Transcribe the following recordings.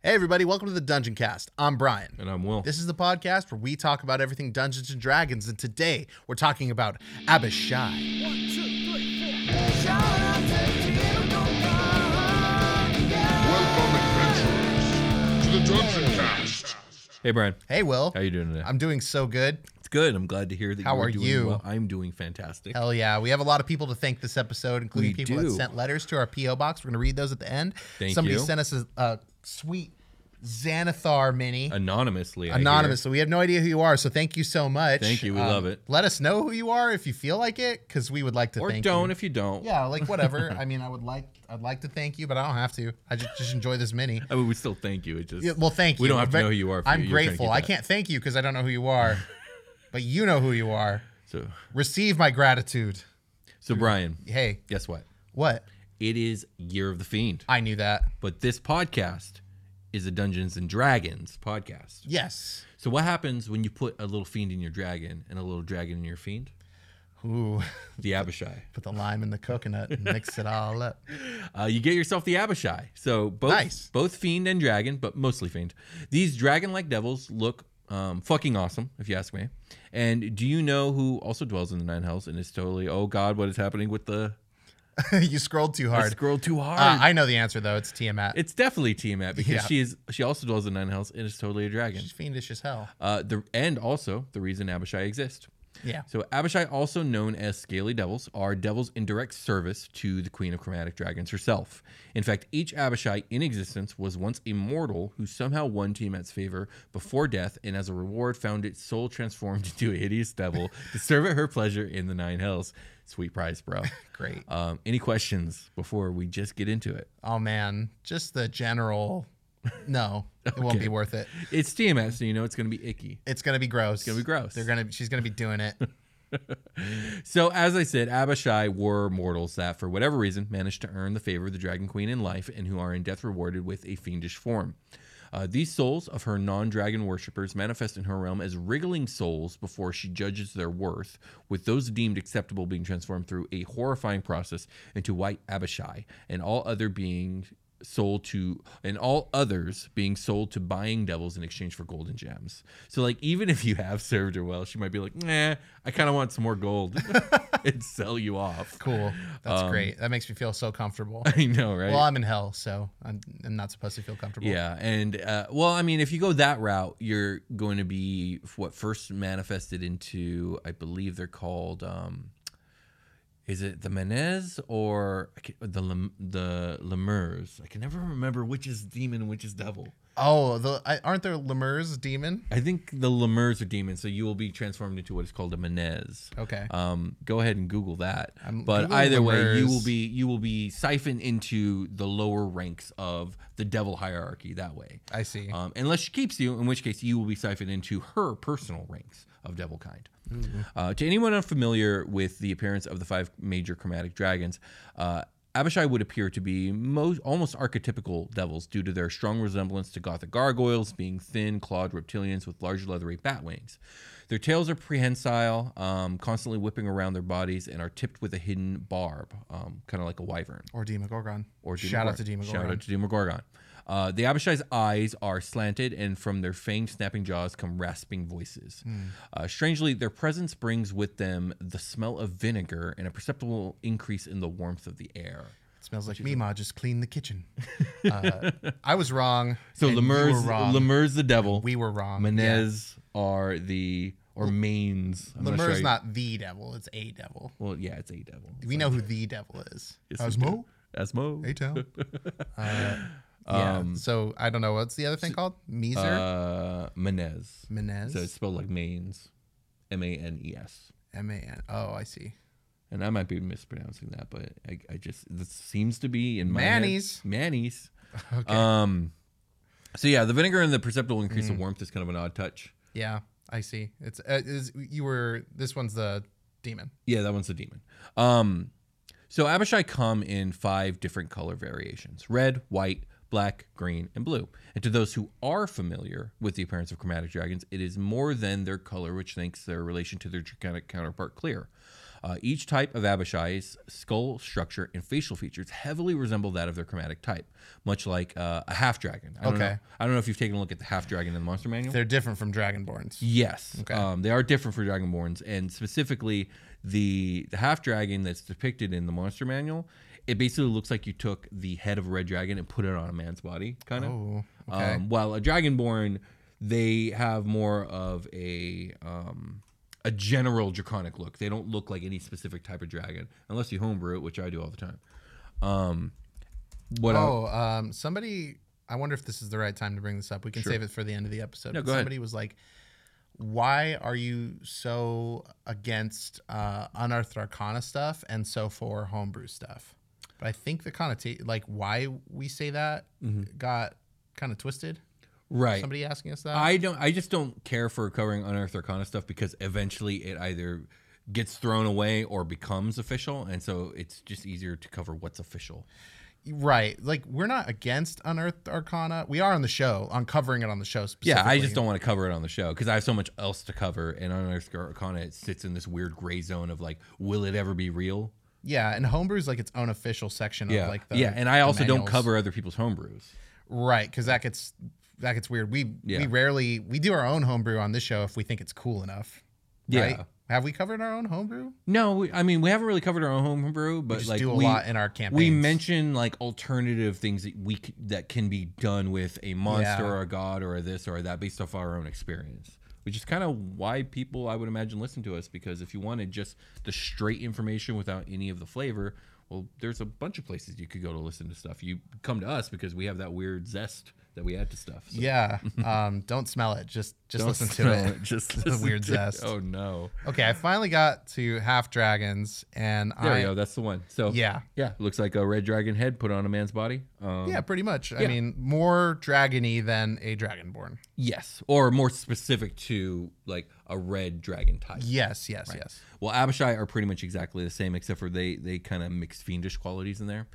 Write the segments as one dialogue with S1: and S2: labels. S1: Hey, everybody, welcome to the Dungeon Cast. I'm Brian.
S2: And I'm Will.
S1: This is the podcast where we talk about everything Dungeons and Dragons, and today we're talking about Abishai.
S3: Welcome, adventurers, to the Dungeon Cast.
S2: hey, Brian.
S1: Hey, Will.
S2: How you doing today?
S1: I'm doing so good.
S2: it's good. I'm glad to hear that
S1: How
S2: you're
S1: are
S2: doing
S1: you?
S2: well. I'm doing fantastic.
S1: Hell yeah. We have a lot of people to thank this episode, including
S2: We
S1: people that
S2: do.
S1: sent letters to our P.O. box. We're going to read those at the end.
S2: Thank
S1: Somebody
S2: you.
S1: sent us a, a sweet Xanathar mini.
S2: Anonymously. I hear.
S1: Anonymous, so we have no idea who you are. So thank you so much. Um,
S2: Thank you, we love it.
S1: Let us know who you are if you feel like it, because we would like to
S2: Or
S1: thank you.
S2: don't if you don't.
S1: Yeah, like whatever. I mean, I would like I'd like to thank you, but I don't have to. I just, just enjoy this mini.
S2: I mean, we still thank you. It just.
S1: Yeah, well, thank you.
S2: We don't have to
S1: Ve-
S2: know who you are. if
S1: I'm
S2: you- you're trying to
S1: grateful.
S2: keep
S1: I
S2: that.
S1: can't thank you because I don't know who you are, but you know who you are.
S2: So,
S1: Receive my gratitude.
S2: so Brian,
S1: Hey,
S2: guess what?
S1: what?
S2: It is Year of the Fiend,
S1: I knew that.
S2: but this podcast is a Dungeons and Dragons podcast.
S1: Yes.
S2: So, what happens when you put a little fiend in your dragon and a little dragon in your fiend?
S1: Ooh,
S2: The Abishai.
S1: put the lime in the coconut and mix it all up.
S2: Uh, you get yourself the Abishai. So both
S1: Nice.
S2: both fiend and dragon, but mostly fiend. These dragon-like devils look um, fucking awesome, if you ask me. And do you know who also dwells in the nine hells and is totally? Oh God, what is happening with the?
S1: you scrolled too
S2: I
S1: hard.
S2: scrolled too hard.
S1: Uh, I know the answer though. It's Tiamat.
S2: it's definitely Tiamat because
S1: Yeah.
S2: she is. She also dwells in the nine hells and is totally a dragon.
S1: She's fiendish as hell.
S2: Uh, the and also the reason Abishai exists.
S1: Yeah.
S2: So Abishai, also known as Scaly Devils, are devils in direct service to the Queen of Chromatic Dragons herself. In fact, each Abishai in existence was once a mortal who somehow won Tiamat's favor before death, and as a reward, found its soul transformed into a hideous devil to serve at her pleasure in the Nine Hells. Sweet prize, bro.
S1: Great.
S2: Um, any questions before we just get into it?
S1: Oh man, just the general. No, it won't be worth it.
S2: It's Tiamat, so you know it's going to be icky.
S1: It's gonna be gross. It's
S2: gonna be gross.
S1: They're gonna. She's gonna be doing it.
S2: So, as I said, Abishai were mortals that, for whatever reason, managed to earn the favor of the Dragon Queen in life and who are in death rewarded with a fiendish form. Uh, these souls of her non dragon worshippers manifest in her realm as wriggling souls before she judges their worth, with those deemed acceptable being transformed through a horrifying process into white Abishai and all other being sold to and all others being sold to buying devils in exchange for gold and gems. So like even if you have served her well, she might be like, nah, I kind of want some more gold and sell you off.
S1: Cool. That's
S2: Um,
S1: great. That makes me feel so comfortable.
S2: I know, right?
S1: Well, I'm in hell, so I'm, I'm not supposed to feel comfortable.
S2: yeah, and uh, well, I mean, if you go that route, you're going to be what first manifested into, I believe they're called, um, is it the Menez or I can't- the Lem- the Lemurs? I can never remember which is demon, and which is devil.
S1: Oh, the I, aren't there Lemurs demon?
S2: I think the Lemurs are demons, so you will be transformed into what is called a Menez.
S1: Okay.
S2: Um, go ahead and Google that.
S1: I'm
S2: but
S1: Googling
S2: either way, you
S1: Lemurs.
S2: will be you will be siphoned into the lower ranks of the devil hierarchy that way.
S1: I see.
S2: Um, unless she keeps you, in which case you will be siphoned into her personal ranks of devil kind.
S1: Mm-hmm.
S2: Uh, to anyone unfamiliar with the appearance of the five major chromatic dragons, uh, Abishai would appear to be most, almost archetypical devils due to their strong resemblance to gothic gargoyles, being thin, clawed reptilians with large leathery bat wings. Their tails are prehensile, um, constantly whipping around their bodies, and are tipped with a hidden barb, um, kind of like a wyvern.
S4: Or Demogorgon.
S2: Or
S4: shout out to
S2: Demogorgon.
S4: Demogorgon.
S2: Shout out to Demogorgon. Uh, the Abishai's eyes are slanted, and from their fanged, snapping jaws come rasping voices.
S4: Hmm.
S2: Uh, strangely, their presence brings with them the smell of vinegar and a perceptible increase in the warmth of the air.
S4: It smells like Mima just cleaned the kitchen. uh, I was wrong.
S2: So
S4: and you
S2: Lemur's,
S4: were wrong.
S2: Lemur's the devil.
S4: we were wrong.
S2: Menez are the or Mains. I'm sure
S4: Lemur's
S2: I-
S4: not the devil. It's a devil.
S2: Well, yeah, it's a devil.
S4: We know who the devil is. Osmo.
S2: Asmo.
S4: A town. Uh, Yeah. so I don't know what's the other thing called. Miser.
S2: Um, Uh, Menez.
S4: Menez.
S2: So it's spelled like Mains, M A N E S.
S4: M A N. Oh, I see.
S2: And I might be mispronouncing that, but I, I just this seems to be in my
S4: Manny's.
S2: Head. Manny's. Okay. Um. So yeah, the vinegar and the perceptible increase of warmth is kind of an odd touch.
S4: Yeah, I see. It's, uh, is you were. This one's the demon.
S2: Yeah, that one's a demon. Um, so Abishai come in five different color variations: red, white, black, green, and blue. And to those who are familiar with the appearance of chromatic dragons, it is more than their color, which makes their relation to their draconic counterpart clear. Uh, each type of Abishai's skull structure and facial features heavily resemble that of their chromatic type, much like uh, a half dragon. I don't
S4: Okay.
S2: Know, I don't know if you've taken a look at the half dragon in the monster manual.
S4: They're different from Dragonborns.
S2: Yes, um, they are different for Dragonborns, and specifically the the half dragon that's depicted in the Monster Manual. It basically looks like you took the head of a red dragon and put it on a man's body, kind of.
S4: Oh, okay.
S2: um, while a Dragonborn, they have more of a um, a general draconic look. They don't look like any specific type of dragon, unless you homebrew it, which I do all the time. Um, what? I-
S4: Oh, um, somebody. I wonder if this is the right time to bring this up. We can save it for the end of the episode.
S2: No,
S4: but
S2: go ahead.
S4: somebody was like, "Why are you so against uh, unearthed arcana stuff and so for homebrew stuff?" But I think the connotation, like why we say that,
S2: Mm-hmm.
S4: got kind of twisted.
S2: right.
S4: Somebody asking us that.
S2: I don't. I just don't care for covering unearthed arcana stuff because eventually it either gets thrown away or becomes official, and so it's just easier to cover what's official.
S4: right, like we're not against unearthed arcana. We are on the show, on covering it on the show.
S2: Yeah, I just
S4: specifically.
S2: don't want to cover it on the show because I have so much else to cover, and unearthed arcana it sits in this weird gray zone of like, will it ever be real?
S4: Yeah, and homebrew's like its own official section
S2: Yeah,
S4: of like the
S2: yeah, and I
S4: the
S2: also don't
S4: manuals.
S2: cover other people's homebrews.
S4: Right, because that gets that gets weird. We
S2: Yeah.
S4: we rarely we do our own homebrew on this show if we think it's cool enough.
S2: Yeah.
S4: Right? Have we covered our own homebrew?
S2: No, we, I mean we haven't really covered our own homebrew, but
S4: just
S2: like
S4: do a
S2: we,
S4: lot in our
S2: We
S4: campaigns.
S2: mention like alternative things that we c- that can be done with a monster
S4: Yeah.
S2: or a god or a this or a that based off our own experience, which is kind of why people I would imagine listen to us because if you wanted just the straight information without any of the flavor, well, there's a bunch of places you could go to listen to stuff. You come to us because we have that weird zest that we add to stuff. so
S4: Yeah. um, don't smell it. Just just
S2: don't
S4: listen
S2: smell
S4: to it.
S2: Just
S4: the
S2: listen
S4: weird
S2: to it.
S4: zest.
S2: Oh no!
S4: Okay, I finally got to half dragons, and
S2: There
S4: I
S2: we go. That's the one. So
S4: yeah
S2: Yeah, looks like a red dragon head put on a man's body. Um,
S4: yeah pretty much. I
S2: Yeah.
S4: mean, more dragony than a dragonborn.
S2: Yes, or more specific to like a red dragon type.
S4: Yes, yes, yes.
S2: Well, Abishai are pretty much exactly the same, except for they they kind of mix fiendish qualities in there.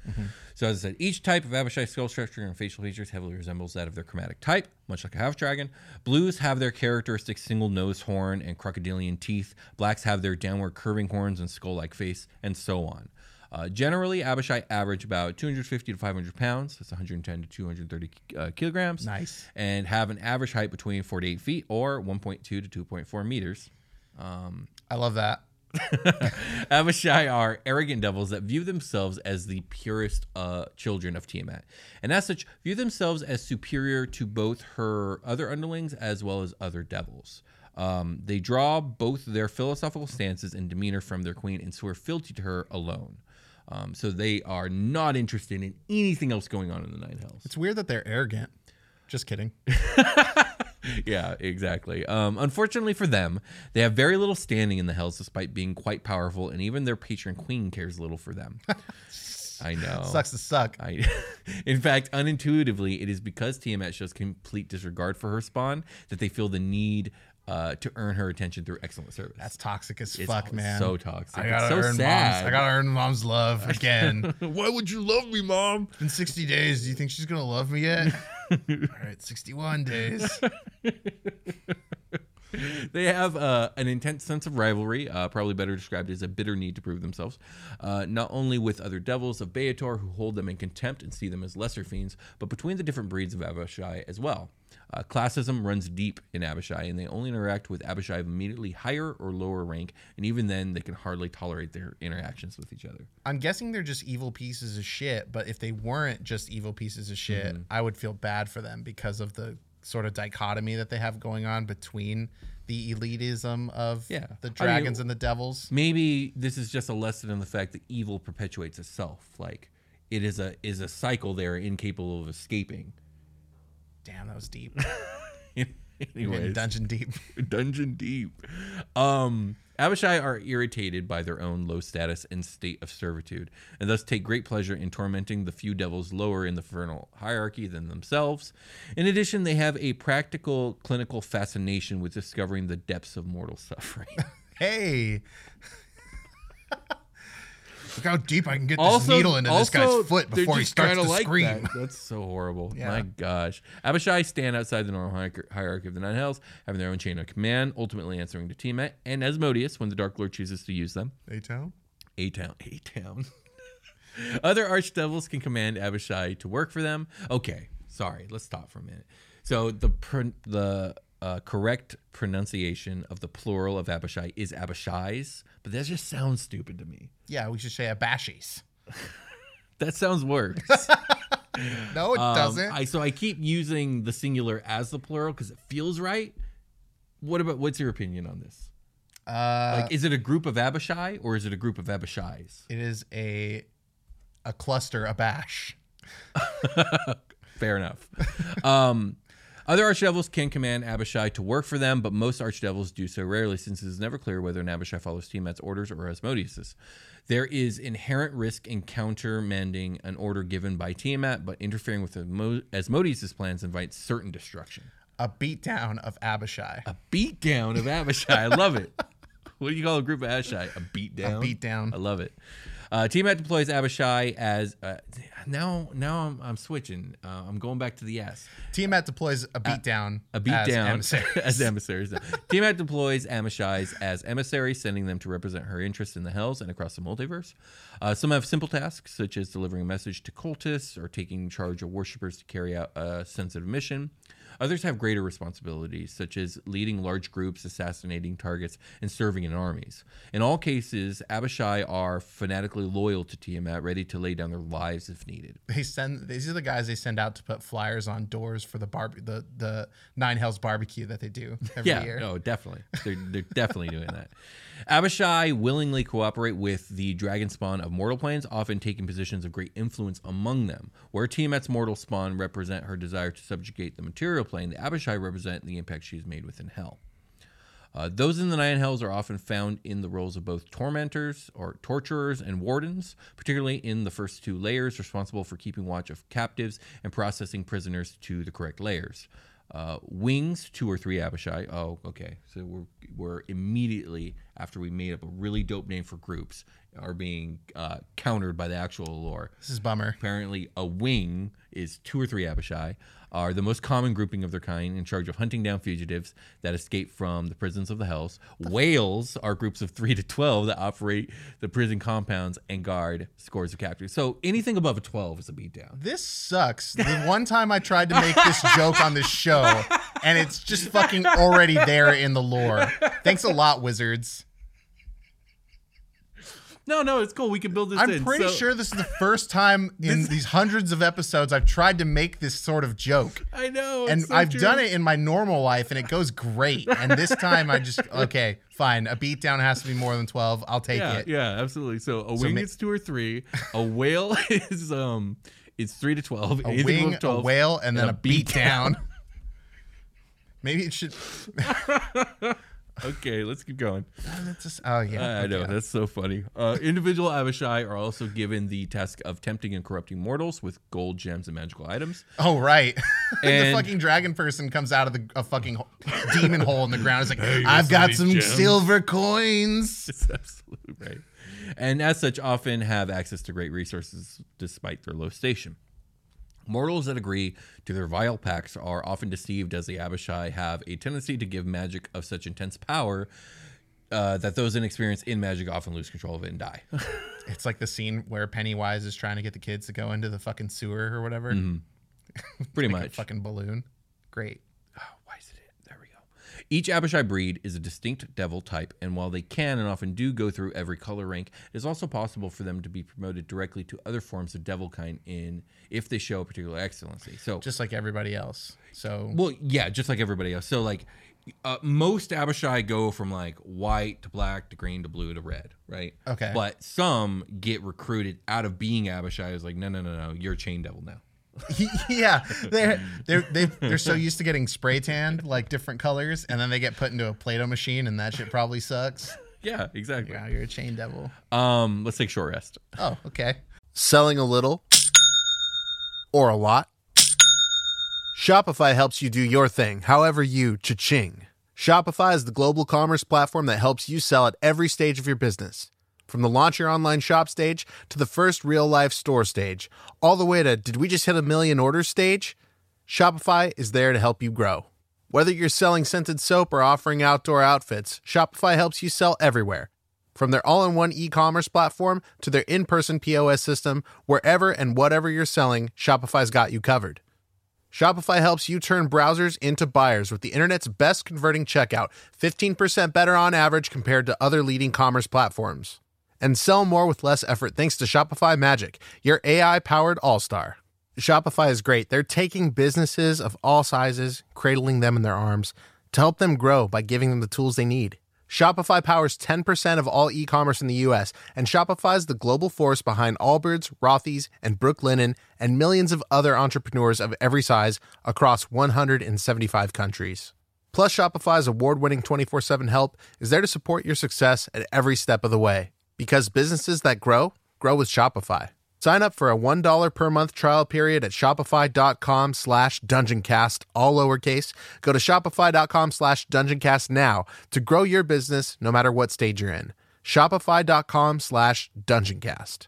S2: So as I said, each type of Abishai skull structure and facial features heavily resembles that of their chromatic type, much like a half dragon. Blues have their characteristic single nose horn and crocodilian teeth. Blacks have their downward curving horns and skull-like face, and so on. Uh, generally, Abishai average about 250 to 500 pounds. That's 110 to 230 uh, kilograms.
S4: Nice.
S2: And have an average height between 48 feet or 1.2 to 2.4 meters.
S4: I love that.
S2: Avishai are arrogant devils that view themselves as the purest uh, children of Tiamat, and as such, view themselves as superior to both her other underlings as well as other devils. Um, they draw both their philosophical stances and demeanor from their queen and swear fealty to her alone. Um, so they are not interested in anything else going on in the Nine Hells.
S4: It's weird that they're arrogant. Just kidding.
S2: yeah, exactly. Um, unfortunately for them, they have very little standing in the Hells despite being quite powerful, and even their patron queen cares little for them. I know.
S4: Sucks to suck.
S2: I, in fact, unintuitively, it is because Tiamat shows complete disregard for her spawn that they feel the need uh, to earn her attention through excellent service.
S4: That's toxic as
S2: It's
S4: fuck, man.
S2: So toxic.
S4: I
S2: It's
S4: gotta
S2: so
S4: earn
S2: sad.
S4: mom's. I gotta earn mom's love again.
S2: Why would you love me, mom?
S4: In 60 days, do you think she's gonna love me yet? All right, 61 days.
S2: They have uh, an intense sense of rivalry, uh, probably better described as a bitter need to prove themselves, uh, not only with other devils of Beator who hold them in contempt and see them as lesser fiends, but between the different breeds of Abishai as well. Uh, classism runs deep in Abishai, and they only interact with Abishai of immediately higher or lower rank, and even then they can hardly tolerate their interactions with each other.
S4: I'm guessing they're just evil pieces of shit, but if they weren't just evil pieces of shit,
S2: Mm-hmm.
S4: I would feel bad for them because of the sort of dichotomy that they have going on between the elitism of
S2: Yeah. I
S4: the
S2: mean,
S4: dragons and the devils.
S2: maybe this is just a lesson in the fact that evil perpetuates itself like it is a is a cycle they're incapable of escaping
S4: Damn, that was deep.
S2: anyways
S4: Dungeon deep.
S2: dungeon deep um abishai are irritated by their own low status and state of servitude and thus take great pleasure in tormenting the few devils lower in the vernal hierarchy than themselves in addition they have a practical clinical fascination with discovering the depths of mortal suffering
S4: Hey. Look how deep I can get this
S2: also,
S4: needle into this
S2: also,
S4: guy's foot
S2: they're
S4: before he
S2: just
S4: starts
S2: kinda
S4: to
S2: like
S4: scream.
S2: that. That's so horrible.
S4: Yeah.
S2: My gosh. Abishai stand outside the normal hierarch- hierarchy of the Nine Hells, having their own chain of command, ultimately answering to Tiamat and Asmodeus when the Dark Lord chooses to use them.
S4: Hey, Tom?
S2: A town, A town. Other archdevils can command Abishai to work for them. Okay, sorry. Let's stop for a minute. So the pr- the uh, correct pronunciation of the plural of Abishai is Abishai's, but that just sounds stupid to me.
S4: Yeah, we should say abashis.
S2: That sounds worse.
S4: No, it
S2: Um,
S4: doesn't.
S2: I, so I keep using the singular as the plural because it feels right. What about what's your opinion on this?
S4: uh,
S2: Like, is it a group of Abishai or is it a group of Abishais?
S4: it is a a cluster abash.
S2: Fair enough. um, other archdevils can command Abishai to work for them, but most archdevils do so rarely, since it is never clear whether an Abishai follows Tiamat's orders or Asmodeus's. There is inherent risk in countermanding an order given by Tiamat, but interfering with Asmo- Asmodeus's plans invites certain destruction.
S4: A beatdown of Abishai.
S2: a beatdown of Abishai. I love it. What do you call a group of Abishai? A beatdown.
S4: A beatdown.
S2: I love it. Uh, Tiamat deploys Abishai as uh, now. Now I'm, I'm switching. Uh, I'm going back to the S.
S4: Tiamat deploys a beatdown.
S2: A beatdown
S4: As emissary.
S2: as emissaries. Tiamat deploys Amishais as emissaries, sending them to represent her interest in the Hells and across the multiverse. Uh, some have simple tasks, such as delivering a message to cultists or taking charge of worshippers to carry out a sensitive mission. Others have greater responsibilities, such as leading large groups, assassinating targets, and serving in armies. In all cases, Abishai are fanatically loyal to Tiamat, ready to lay down their lives if needed.
S4: They send these are the guys they send out to put flyers on doors for the barb the the Nine Hells barbecue that they do every
S2: yeah,
S4: year.
S2: no, definitely. They're, they're definitely doing that. Abishai willingly cooperate with the dragon spawn of mortal planes, often taking positions of great influence among them. Where Tiamat's mortal spawn represent her desire to subjugate the material plane, the Abishai represent the impact she's made within hell. Uh, those in the Nine Hells are often found in the roles of both tormentors or torturers and wardens, particularly in the first two layers, responsible for keeping watch of captives and processing prisoners to the correct layers. Uh, wings, two or three Abishai. Oh, okay. So we're, we're immediately after we made up a really dope name for groups are being uh, countered by the actual lore
S4: This is bummer.
S2: apparently a wing is two or three abishai are the most common grouping of their kind in charge of hunting down fugitives that escape from the prisons of the hells whales are groups of 3 to 12 that operate the prison compounds and guard scores of captives so anything above a 12 is a beatdown
S4: This sucks. The one time I tried to make this joke on this show, and it's just fucking already there in the lore. Thanks a lot, wizards.
S2: no no it's cool we can build this in.
S4: I'm pretty
S2: So-
S4: sure this is the first time in these hundreds of episodes I've tried to make this sort of joke.
S2: i know
S4: And
S2: it's Oh, so
S4: I've
S2: true.
S4: done it in my normal life and it goes great. And this time I just, okay, fine. A beatdown has to be more than 12. I'll take
S2: yeah
S4: it.
S2: yeah absolutely so a wing
S4: ma-
S2: is two or three a whale is um it's 3 to 12
S4: A wing, a whale, and then
S2: a
S4: uh, a beatdown. Maybe it should.
S2: Okay, let's keep going.
S4: That's just, oh yeah.
S2: I know that's so funny. Uh, individual Abishai are also given the task of tempting and corrupting mortals with gold, gems, and magical items.
S4: Oh right.
S2: And-
S4: the fucking dragon person comes out of the a fucking ho- demon hole in the ground. It's like I've got some silver coins.
S2: That's absolutely right. And as such, often have access to great resources despite their low station. Mortals that agree to their vile pacts are often deceived, as the Abishai have a tendency to give magic of such intense power uh, that those inexperienced in magic often lose control of it and die.
S4: It's like the scene where Pennywise is trying to get the kids to go into the fucking sewer or whatever.
S2: Pretty much.
S4: Fucking balloon. Great.
S2: Why is it it? There we go. Each Abishai breed is a distinct devil type, and while they can and often do go through every color rank, it is also possible for them to be promoted directly to other forms of devil kind in if they show a particular excellency. So,
S4: Just like everybody else. So
S2: well, yeah, just like everybody else. So, like uh, most Abishai go from like white to black to green to blue to red, right?
S4: Okay.
S2: But some get recruited out of being Abishai is like, no, no, no, no, you're a chain devil now.
S4: yeah, they're they're they, they're so used to getting spray tanned like different colors, and then they get put into a Play-Doh machine, and that shit probably sucks.
S2: Yeah, exactly.
S4: Yeah, you're a chain devil.
S2: Um, let's take short rest.
S4: Oh, okay.
S1: selling a little or a lot? Shopify helps you do your thing, however you cha-ching. Shopify is the global commerce platform that helps you sell at every stage of your business. From the launch your online shop stage to the first real life store stage, all the way to did we just hit a million orders stage? Shopify is there to help you grow. Whether you're selling scented soap or offering outdoor outfits, Shopify helps you sell everywhere. From their all in one e commerce platform to their in person POS system, wherever and whatever you're selling, Shopify's got you covered. Shopify helps you turn browsers into buyers with the internet's best converting checkout, 15% better on average compared to other leading commerce platforms. And sell more with less effort thanks to Shopify Magic, your AI powered all star. Shopify is great. They're taking businesses of all sizes, cradling them in their arms to help them grow by giving them the tools they need. Shopify powers 10% of all e commerce in the US, and Shopify's the global force behind Allbirds, Rothy's, and Brooklinen, and millions of other entrepreneurs of every size across 175 countries. Plus, Shopify's award winning 24 7 help is there to support your success at every step of the way. Because businesses that grow, grow with Shopify. Sign up for a $1 per month trial period at shopify.com slash dungeoncast, all lowercase. Go to shopify.com slash dungeoncast now to grow your business no matter what stage you're in. Shopify.com slash dungeoncast.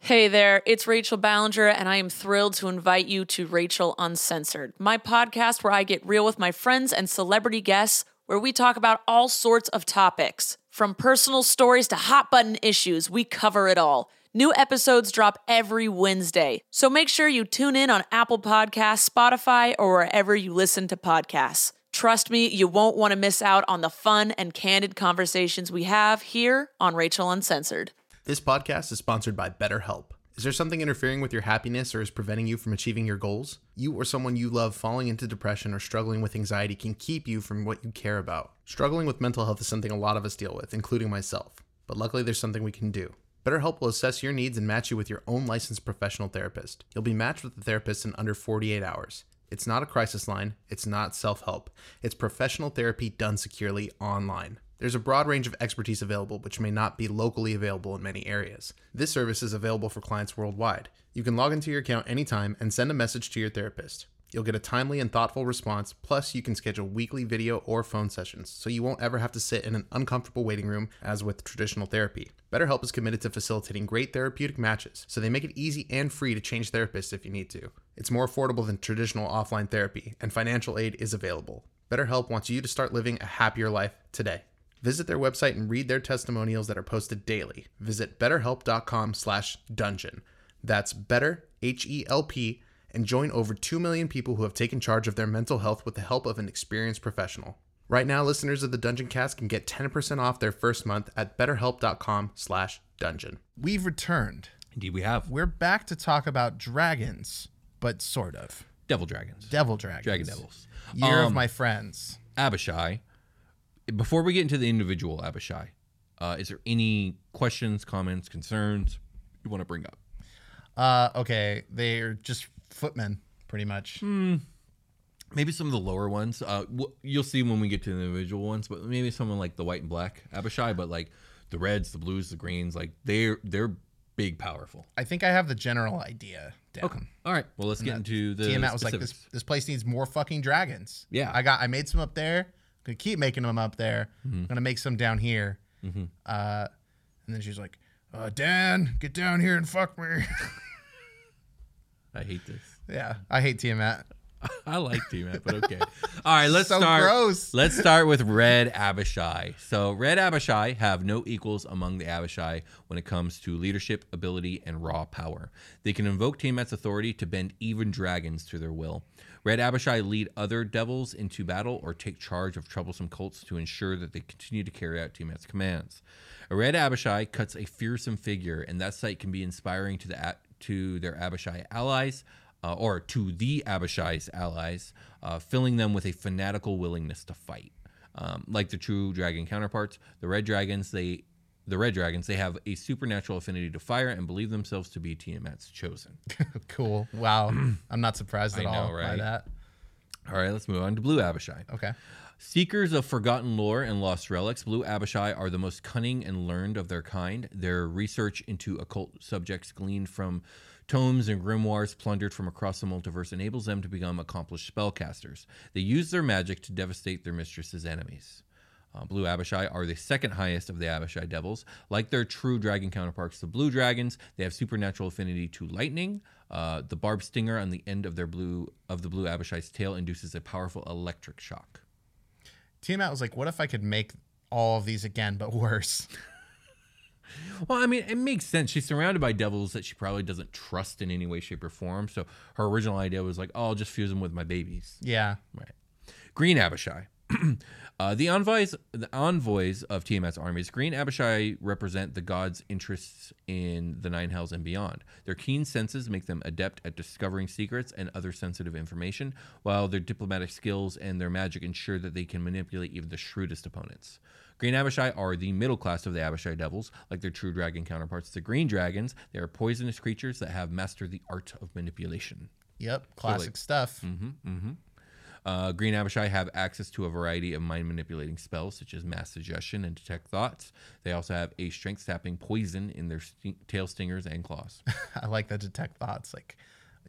S5: Hey there, it's Rachel Ballinger, and I am thrilled to invite you to Rachel Uncensored, my podcast where I get real with my friends and celebrity guests, where we talk about all sorts of topics. From personal stories to hot button issues, we cover it all. New episodes drop every Wednesday, so make sure you tune in on Apple Podcasts, Spotify, or wherever you listen to podcasts. Trust me, you won't want to miss out on the fun and candid conversations we have here on Rachel Uncensored.
S1: This podcast is sponsored by BetterHelp. Is there something interfering with your happiness or is preventing you from achieving your goals? You or someone you love falling into depression or struggling with anxiety can keep you from what you care about. Struggling with mental health is something a lot of us deal with, including myself. But luckily, there's something we can do. BetterHelp will assess your needs and match you with your own licensed professional therapist. You'll be matched with a therapist in under 48 hours. It's not a crisis line, it's not self help. It's professional therapy done securely online. There's a broad range of expertise available, which may not be locally available in many areas. This service is available for clients worldwide. You can log into your account anytime and send a message to your therapist. You'll get a timely and thoughtful response, plus, you can schedule weekly video or phone sessions, so you won't ever have to sit in an uncomfortable waiting room as with traditional therapy. BetterHelp is committed to facilitating great therapeutic matches, so they make it easy and free to change therapists if you need to. It's more affordable than traditional offline therapy, and financial aid is available. BetterHelp wants you to start living a happier life today. Visit their website and read their testimonials that are posted daily. Visit betterhelp.com slash dungeon. That's better, H-E-L-P, and join over 2 million people who have taken charge of their mental health with the help of an experienced professional. Right now, listeners of the Dungeon Cast can get 10% off their first month at betterhelp.com slash dungeon.
S4: We've returned.
S2: Indeed, we have
S4: We're back to talk about dragons, but sort of
S2: devil dragons,
S4: devil dragons.
S2: dragon devils.
S4: Year of
S2: Um,
S4: my friends.
S2: Abishai. Before we get into the individual Abishai, uh, is there any questions, comments, concerns you want to bring up?
S4: Uh, okay, they're just footmen, pretty much.
S2: maybe some of the lower ones. Uh, w- you'll see when we get to the individual ones, but maybe someone like the white and black Abishai, but like the reds, the blues, the greens, like they're they're big, powerful.
S4: I think I have the general idea down.
S2: All right, well let's get into the
S4: Tiamat was like,
S2: specifics.
S4: this, this place needs more fucking dragons.
S2: Yeah.
S4: I got, I made some up there. Gonna keep making them up there.
S2: Mm-hmm.
S4: Gonna make some down here. Uh, and then she's like, uh, Dan, get down here and fuck me.
S2: I hate this.
S4: yeah, I hate Tiamat.
S2: I like Tiamat, but okay. All right, let's
S4: So
S2: start.
S4: gross.
S2: Let's start with Red Abishai. So Red Abishai have no equals among the Abishai when it comes to leadership, ability, and raw power. They can invoke Tiamat's authority to bend even dragons to their will. Red Abishai lead other devils into battle or take charge of troublesome cults to ensure that they continue to carry out Tiamat's commands. A Red Abishai cuts a fearsome figure, and that sight can be inspiring to the a- to their Abishai allies uh, or to the Abishai's allies, uh, filling them with a fanatical willingness to fight. Um, like the true dragon counterparts, the red dragons they the red dragons they have a supernatural affinity to fire and believe themselves to be Tiamat's chosen.
S4: cool. Wow. I'm not surprised at
S2: I know,
S4: all by
S2: right?
S4: that.
S2: All right, let's move on to blue Abishai.
S4: Okay.
S2: Seekers of forgotten lore and lost relics, Blue Abishai are the most cunning and learned of their kind. Their research into occult subjects gleaned from tomes and grimoires plundered from across the multiverse enables them to become accomplished spellcasters. They use their magic to devastate their mistress's enemies. Uh, blue Abishai are the second highest of the Abishai devils. Like their true dragon counterparts, the blue dragons, they have supernatural affinity to lightning. Uh, the barb stinger on the end of their blue of the blue Abishai's tail induces a powerful electric shock.
S4: Tiamat was like, what if I could make all of these again, but worse?
S2: Well, I mean, it makes sense. She's surrounded by devils that she probably doesn't trust in any way, shape, or form. So her original idea was like, oh, I'll just fuse them with my babies.
S4: yeah.
S2: Right. Green Abishai. uh, the envoys, the envoys of Tiamat's armies, Green Abishai represent the gods' interests in the Nine Hells and beyond. Their keen senses make them adept at discovering secrets and other sensitive information, while their diplomatic skills and their magic ensure that they can manipulate even the shrewdest opponents. Green Abishai are the middle class of the Abishai devils, like their true dragon counterparts, the Green Dragons. They are poisonous creatures that have mastered the art of manipulation.
S4: Yep. Classic stuff.
S2: Uh, Green Abishai have access to a variety of mind manipulating spells, such as mass suggestion and detect thoughts. They also have a strength sapping poison in their sti- tail stingers and claws.
S4: I like the detect thoughts. Like,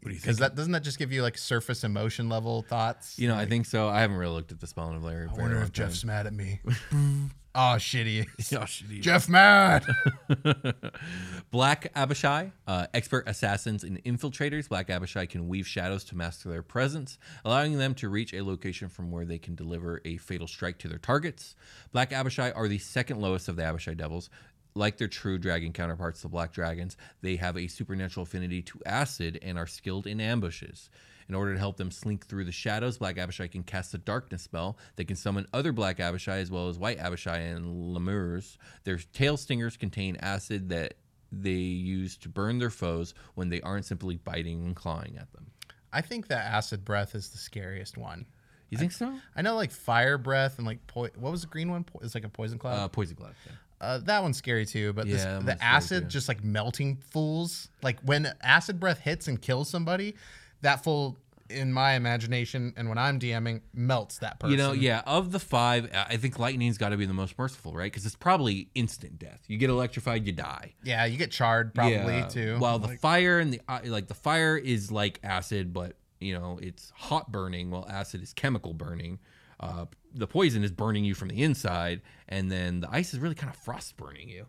S4: because that doesn't that just give you like surface emotion level thoughts?
S2: You know, I think so. I haven't really looked at the spell in a very, very long time.
S4: mad at me. oh shit, he is.
S2: Oh, shit, he is.
S4: Jeff mad.
S2: Black Abishai, uh, expert assassins and infiltrators. Black Abishai can weave shadows to master their presence, allowing them to reach a location from where they can deliver a fatal strike to their targets. Black Abishai are the second lowest of the Abishai devils. Like their true dragon counterparts, the Black Dragons, they have a supernatural affinity to acid and are skilled in ambushes. In order to help them slink through the shadows, Black Abishai can cast a darkness spell that can summon other Black Abishai as well as White Abishai and Lemurs. Their tail stingers contain acid that they use to burn their foes when they aren't simply biting and clawing at them.
S4: I think that acid breath is the scariest one.
S2: You think so?
S4: I know like fire breath and like po- what was the green one? Po- it's like a poison cloud.
S2: Uh, poison cloud. yeah.
S4: Uh, that one's scary too, but this,
S2: Yeah, that one's
S4: the
S2: scary
S4: acid
S2: too.
S4: just like melting fools. Like when acid breath hits and kills somebody, that fool, in my imagination, and when I'm DMing, melts that person.
S2: You know, yeah. Of the five, I I think lightning's got to be the most merciful, right? Because it's probably instant death. You get electrified, you die.
S4: Yeah, you get charred probably
S2: Yeah.
S4: too.
S2: While the fire and the uh, like, the fire is like acid, but you know it's hot burning. While acid is chemical burning. Uh, the poison is burning you from the inside, and then the ice is really kind of frost burning you.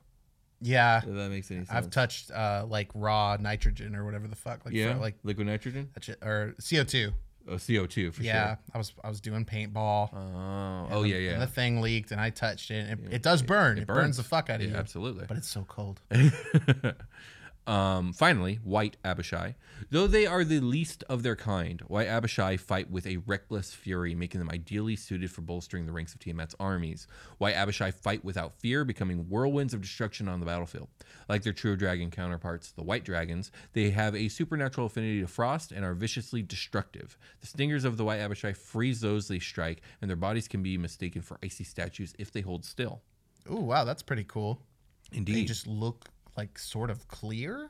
S4: yeah.
S2: If that makes any sense.
S4: I've touched uh, like raw nitrogen or whatever the fuck, like
S2: yeah,
S4: fr-
S2: like
S4: like
S2: liquid nitrogen,
S4: that shit, or CO two.
S2: oh, CO two for
S4: yeah,
S2: sure.
S4: I was I was doing paintball.
S2: Oh, oh yeah, yeah.
S4: And the thing leaked, and I touched it. And it, it does burn. It, burns. the fuck out of
S2: Yeah,
S4: you.
S2: absolutely.
S4: But it's so cold.
S2: um, finally, White Abishai. Though they are the least of their kind, White Abishai fight with a reckless fury, making them ideally suited for bolstering the ranks of Tiamat's armies. White Abishai fight without fear, becoming whirlwinds of destruction on the battlefield. Like their true dragon counterparts, the White Dragons, they have a supernatural affinity to frost and are viciously destructive. The stingers of the White Abishai freeze those they strike, and their bodies can be mistaken for icy statues if they hold still.
S4: Ooh, wow, that's pretty cool. They
S2: Indeed.
S4: just look like sort of clear,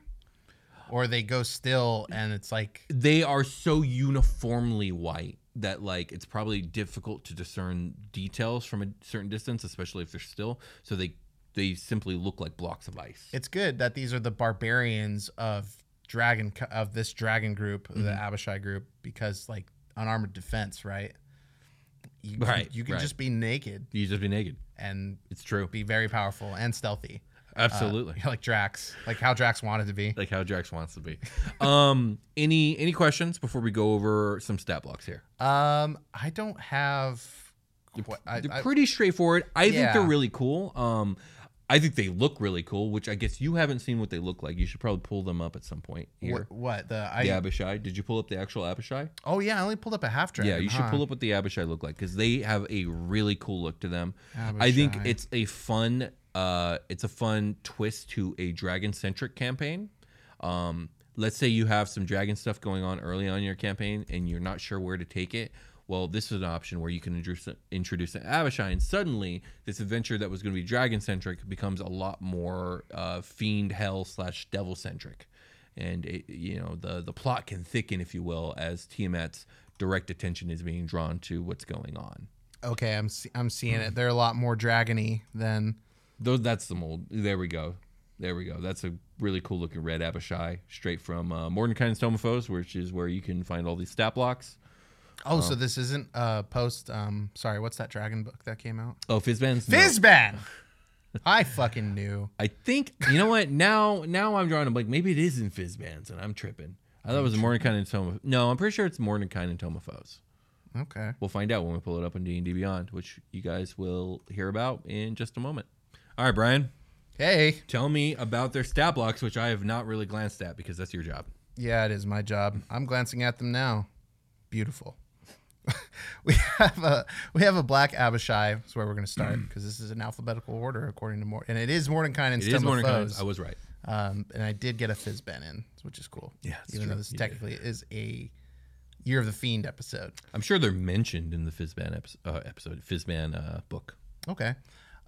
S4: or they go still, and it's like
S2: they are so uniformly white that like it's probably difficult to discern details from a certain distance, especially if they're still. So they they simply look like blocks of ice.
S4: It's good that these are the barbarians of dragon co- of this dragon group,
S2: Mm-hmm.
S4: the Abishai group, because like unarmored defense, right? You, can-
S2: Right,
S4: You can
S2: right.
S4: just be naked
S2: you just be naked.
S4: and
S2: It's true.
S4: be uh, very powerful and stealthy,
S2: Absolutely.
S4: like Drax, like how Drax wanted to be.
S2: like how Drax wants to be. um, any any questions before we go over some stat blocks here?
S4: Um, I don't have. Qu- I,
S2: They're
S4: I-
S2: pretty straightforward. I think
S4: Yeah.
S2: they're really cool. Um, I think they look really cool, which I guess you haven't seen what they look like. You should probably pull them up at some point here.
S4: wh- what the? I,
S2: the Abishai. Did you pull up the actual Abishai?
S4: Oh yeah, I only pulled up a half dragon.
S2: Yeah, you should
S4: huh?
S2: pull up what the Abishai look like because they have a really cool look to them. I think
S4: Abishai.
S2: it's a fun, uh, it's a fun twist to a dragon centric campaign. Um, let's say you have some dragon stuff going on early on in your campaign and you're not sure where to take it. Well, this is an option where you can introduce introduce an Abishai, and suddenly this adventure that was going to be dragon centric becomes a lot more uh, fiend hell slash devil centric and it, you know the the plot can thicken, if you will, as Tiamat's direct attention is being drawn to what's going on.
S4: Okay, I'm se- I'm seeing
S2: Mm-hmm.
S4: it. They're a lot more dragony than.
S2: Though that's the mold. There we go. There we go. That's a really cool looking red Abishai, straight from uh, Mordenkainen's Tome of Foes, which is where you can find all these stat blocks.
S4: Oh, so this isn't uh post. Um, sorry, what's that dragon book that came out?
S2: Oh, Fizban's no.
S4: Fizban. I fucking knew.
S2: I think you know what now. Now I'm drawing a blank. Maybe it is in Fizban's, and I'm tripping. I thought it was Mordenkainen's Tome. Of, no, I'm pretty sure it's Mordenkainen Tome of Foes.
S4: Okay.
S2: We'll find out when we pull it up on D and D Beyond, which you guys will hear about in just a moment. All right, Brian.
S4: Hey.
S2: Tell me about their stat blocks, which I have not really glanced at because that's your job.
S4: Yeah, it is my job. I'm glancing at them now. Beautiful. we have a we have a black Abishai. That's where we're going to start because this is in alphabetical order according to Mor and it is Mordenkainen's
S2: It is
S4: Tome of
S2: Mordenkainen's.
S4: Foes.
S2: I was right.
S4: Um, and I did get a Fizban in, which is cool.
S2: Yeah, it's
S4: even
S2: true.
S4: though this
S2: You did.
S4: technically is a Year of the Fiend episode.
S2: I'm sure they're mentioned in the Fizban epi- uh, episode, Fizban uh, book.
S4: Okay.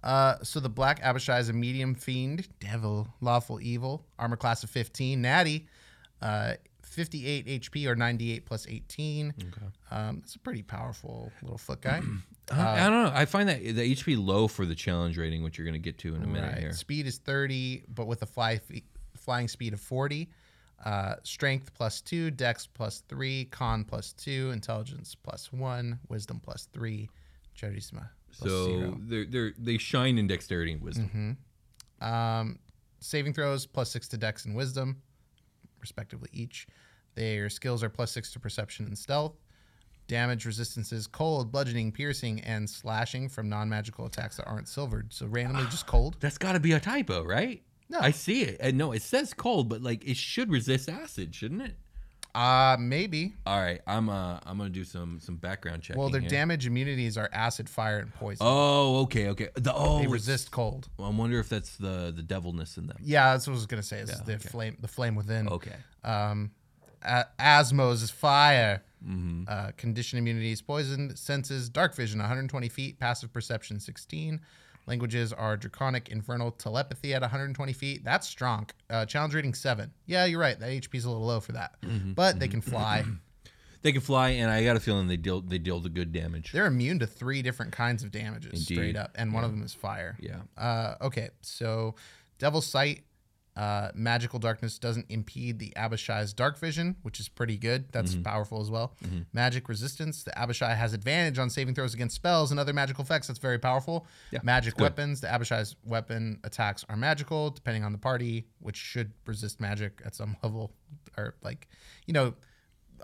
S4: Uh, so the Black Abishai is a medium fiend, devil, lawful evil, armor class of 15, natty, uh, 58 HP or 98 plus 18. Okay. Um, it's a pretty powerful little foot guy.
S2: I, I don't know. I find that the HP low for the challenge rating, which you're going to get to in a minute
S4: Right.
S2: here.
S4: Speed is 30, but with a fly fe- flying speed of 40. Uh, strength plus two, dex plus three, con plus two, intelligence plus one, wisdom plus three, charisma plus
S2: So
S4: zero. Mm-hmm.
S2: they're, they're, they shine in dexterity and wisdom.
S4: Um, saving throws plus six to dex and wisdom, respectively each. Their skills are plus six to perception and stealth. Damage resistances cold, bludgeoning, piercing, and slashing from non magical attacks that aren't silvered. So randomly just cold.
S2: That's got to be a typo, right?
S4: No.
S2: I see it. And no, it says cold, but like it should resist acid, shouldn't it?
S4: Uh, maybe.
S2: All right, I'm uh, I'm gonna do some some background checking.
S4: Well, their
S2: here.
S4: damage immunities are acid, fire, and poison.
S2: Oh, okay, okay. The, oh,
S4: they
S2: it's-
S4: resist cold.
S2: I wonder if that's the the devilness in them.
S4: Yeah, that's what I was gonna say. Is the flame, the flame within.
S2: Okay.
S4: Um, a- Asmos is fire. Uh, condition immunities, poison senses, dark vision, 120 feet, passive perception, 16. Languages are draconic, infernal, telepathy at 120 feet. That's strong. Uh, challenge rating seven. Yeah, you're right. That HP's a little low for that, but they can fly.
S2: They can fly, and I got a feeling they deal they deal the good damage.
S4: They're immune to three different kinds of damages, straight
S2: Indeed.
S4: up, and one of them is fire.
S2: yeah.
S4: Uh, okay, so Devil's Sight, uh, magical darkness doesn't impede the Abishai's dark vision, which is pretty good. That's
S2: Mm-hmm.
S4: powerful as well. Magic resistance, the Abishai has advantage on saving throws against spells and other magical effects. That's very powerful. magic weapons, the Abishai's weapon attacks are magical, depending on the party, which should resist magic at some level, or like, you know,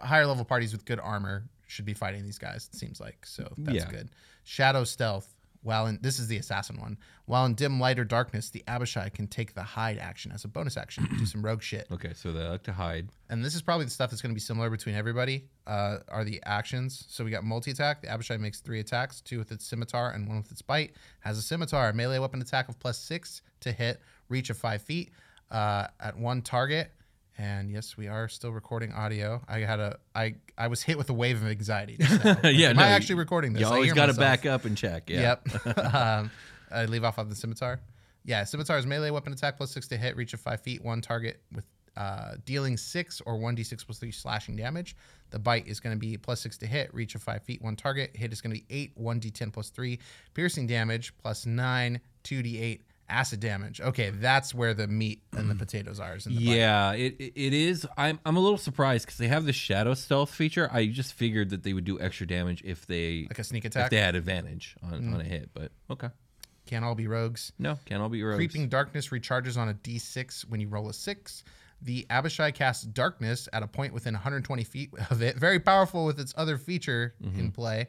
S4: higher level parties with good armor should be fighting these guys. It seems like so that's
S2: Yeah.
S4: good. Shadow stealth. While in this is the assassin one. While in dim light or darkness, the Abishai can take the hide action as a bonus action, do some rogue shit.
S2: Okay, so they like to hide.
S4: And this is probably the stuff that's going to be similar between everybody. Uh, are the actions? So we got multi attack. The Abishai makes three attacks: two with its scimitar and one with its bite. Has a scimitar, melee weapon attack of plus six to hit, reach of five feet uh, at one target. And yes, we are still recording audio. I had a I I was hit with a wave of anxiety. just now.
S2: Uh, yeah,
S4: am
S2: no,
S4: I
S2: you-
S4: actually recording this?
S2: You
S4: I
S2: always
S4: hear
S2: got to
S4: myself.
S2: back up and check. Yeah.
S4: Yep. um, I leave off on the scimitar. Yeah, scimitar is melee weapon attack plus six to hit, reach of five feet, one target with uh, dealing six or 1d6 plus three slashing damage. The bite is going to be plus six to hit, reach of five feet, one target. Hit is going to be eight, 1d10 plus three, piercing damage plus nine, 2d8 acid damage. Okay, that's where the meat and the potatoes are. Is in the bite.
S2: Yeah, it it- it is. I'm I'm a little surprised because they have the shadow stealth feature. I just figured that they would do extra damage if they
S4: Like a sneak
S2: if
S4: attack. Mm.
S2: they had advantage on, on a hit. But okay,
S4: Can't all be rogues.
S2: no, can't all be rogues.
S4: Creeping Darkness recharges on a d6 when you roll a 6. The Abishai casts Darkness at a point within 120 feet of it. Very powerful with its other feature in play.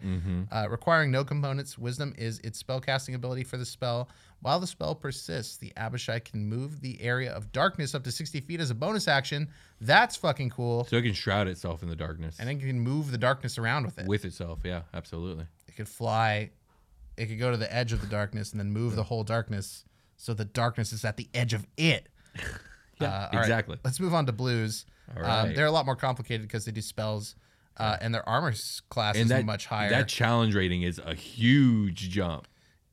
S4: Uh, requiring no components, Wisdom is its spellcasting ability for the spell. While the spell persists, the Abishai can move the area of darkness up to 60 feet as a bonus action. That's fucking cool.
S2: So it can shroud itself in the darkness
S4: And then you can move the darkness around with it.
S2: with itself. Yeah, absolutely.
S4: it could fly. It could go to the edge of the darkness and then move the whole darkness so the darkness is at the edge of it. Uh, all right.
S2: exactly.
S4: Let's move on to blues.
S2: All
S4: Um,
S2: right.
S4: they're a lot more complicated because they do spells, uh, and their armor s- class
S2: And
S4: is
S2: that
S4: much higher.
S2: That challenge rating is a huge jump.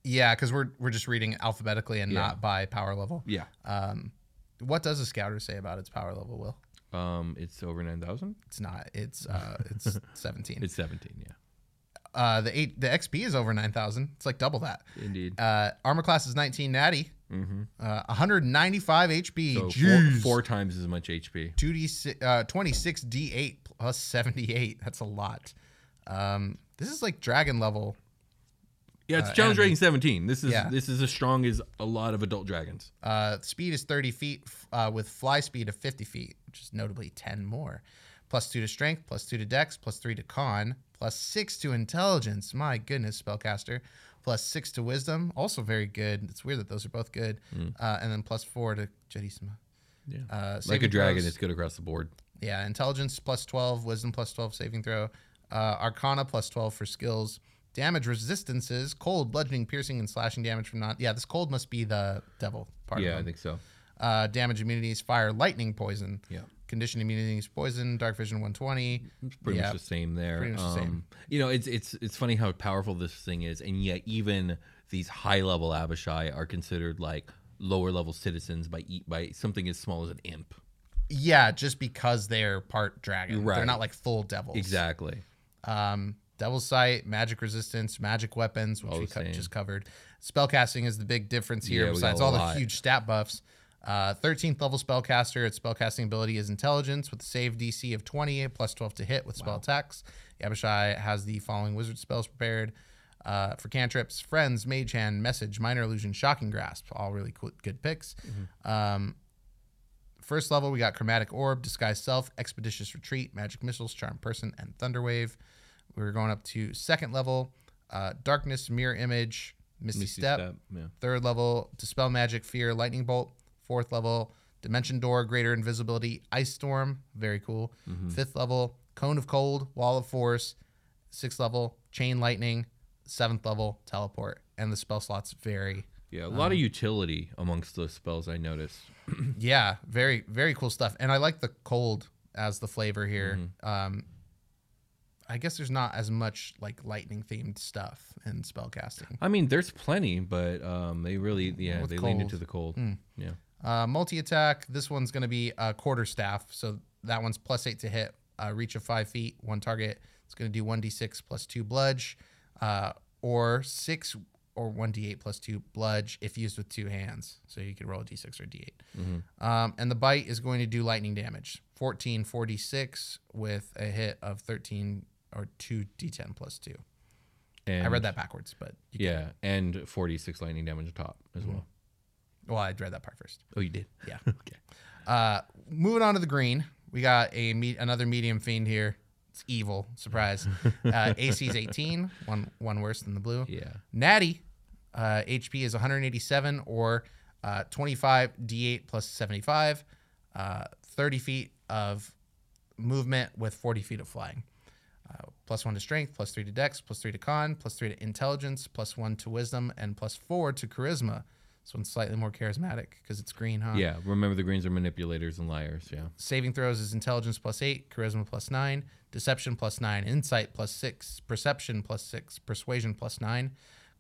S4: yeah, because we're we're just reading alphabetically and not by power level.
S2: Yeah.
S4: What does a scouter say about its power level? Will
S2: Um, it's over nine thousand.
S4: it's not. It's uh, it's seventeen.
S2: It's seventeen. Yeah.
S4: uh, the eight. The XP is over nine thousand. It's like double that.
S2: Indeed. Mm-hmm.
S4: Uh, armor class is nineteen. Natty. Uh, 195 HP.
S2: so four,
S4: Jeez.
S2: four times as much HP.
S4: 2d6, uh, 26 d8 plus 78. That's a lot. Um, this is like dragon level.
S2: Yeah, it's challenge rating seventeen. This is
S4: Uh, Yeah.
S2: this is as strong as a lot of adult dragons.
S4: Uh, speed is 30 feet f- uh, with fly speed of 50 feet, which is notably 10 more. Plus two to strength, plus two to dex, plus three to con, plus six to intelligence. My goodness, spellcaster. Plus six to wisdom, also very good. It's weird that those are both good. Uh, and then plus four to Jadisima.
S2: Hmm. Yeah.
S4: Uh,
S2: like a
S4: saving
S2: dragon,
S4: throws.
S2: it's good across the board.
S4: Yeah, intelligence plus 12, wisdom plus 12, saving throw, uh, arcana plus 12 for skills, damage resistances, cold, bludgeoning, piercing, and slashing damage from non. Yeah, this cold must be the devil part.
S2: Yeah, I
S4: of them.
S2: think so.
S4: Uh, damage immunities, fire, lightning, poison.
S2: Yeah.
S4: Condition immunities, poison, dark vision 120.
S2: Pretty
S4: Yeah.
S2: much the same there. Um,
S4: pretty much the same.
S2: You know, it's it's it's funny how powerful this thing is, and yet even these high level Abishai are considered like lower level citizens by eat by something as small as an imp.
S4: Yeah, just because they're part dragon.
S2: Right.
S4: They're not like full devils.
S2: Exactly.
S4: um, Devil's Sight, magic resistance, magic weapons, which
S2: All
S4: we
S2: the
S4: co-
S2: Oh, same.
S4: just covered. Spellcasting is the big difference here,
S2: Yeah, we got
S4: besides
S2: a
S4: all
S2: lot.
S4: the huge stat buffs. Uh, 13th level spellcaster, its spellcasting ability is intelligence with a save DC of 20, plus 12 to hit with spell attacks. Yabashai has the following wizard spells prepared uh, for cantrips Friends, Mage Hand, Message, Minor Illusion, Shocking Grasp. All really cool, good picks.
S2: Mm-hmm.
S4: Um, First level, we got Chromatic Orb, Disguise Self, Expeditious Retreat, Magic Missiles, Charm Person, and Thunderwave. We were going up to second level, uh, Darkness, Mirror Image, Misty,
S2: Misty
S4: Step.
S2: Step, yeah.
S4: Third level, Dispel Magic, Fear, Lightning Bolt. Fourth level, Dimension Door, Greater Invisibility, Ice Storm. Very cool. Fifth level, Cone of Cold, Wall of Force. Sixth level, Chain Lightning. Seventh level, Teleport. And the spell slots vary.
S2: Yeah, a
S4: Um,
S2: lot of utility amongst those spells I noticed.
S4: Yeah, very very cool stuff, and I like the cold as the flavor here. Um, I guess there's not as much like lightning themed stuff in spellcasting.
S2: I mean, there's plenty, but um, they really yeah
S4: With
S2: they leaned
S4: cold. Hmm.
S2: into the cold. Yeah,
S4: Uh, Multi attack. This one's going to be a quarter staff, so that one's plus eight to hit, uh, reach of five feet, one target. It's going to do one d six plus two bludge, uh, or six or one d eight plus two bludge if used with two hands. So you could roll a d six or d eight. Um, and the bite is going to do lightning damage 14, 46 with a hit of 13 or 2d10 plus 2.
S2: and,
S4: I read that backwards, but you,
S2: Yeah, and 46 lightning damage on top as well.
S4: well, I read that part first.
S2: Mm-hmm. Oh, you did.
S4: Yeah.
S2: okay.
S4: Uh, moving on to the green, we got a me- another medium fiend here. It's evil. Surprise. Uh, AC is 18, one, one worse than the blue.
S2: Yeah.
S4: Natty, uh, HP is 187 or uh, 25 D8 plus 75, uh, 30 feet of movement with 40 feet of flying. Uh, plus one to strength, plus three to dex, plus three to con, plus three to intelligence, plus one to wisdom, and plus four to charisma. This one's slightly more charismatic because it's green, huh?
S2: Yeah. Remember, the greens are manipulators and liars. Yeah.
S4: Saving throws is intelligence plus eight, charisma plus nine, deception plus nine, insight plus six, perception plus six, persuasion plus nine,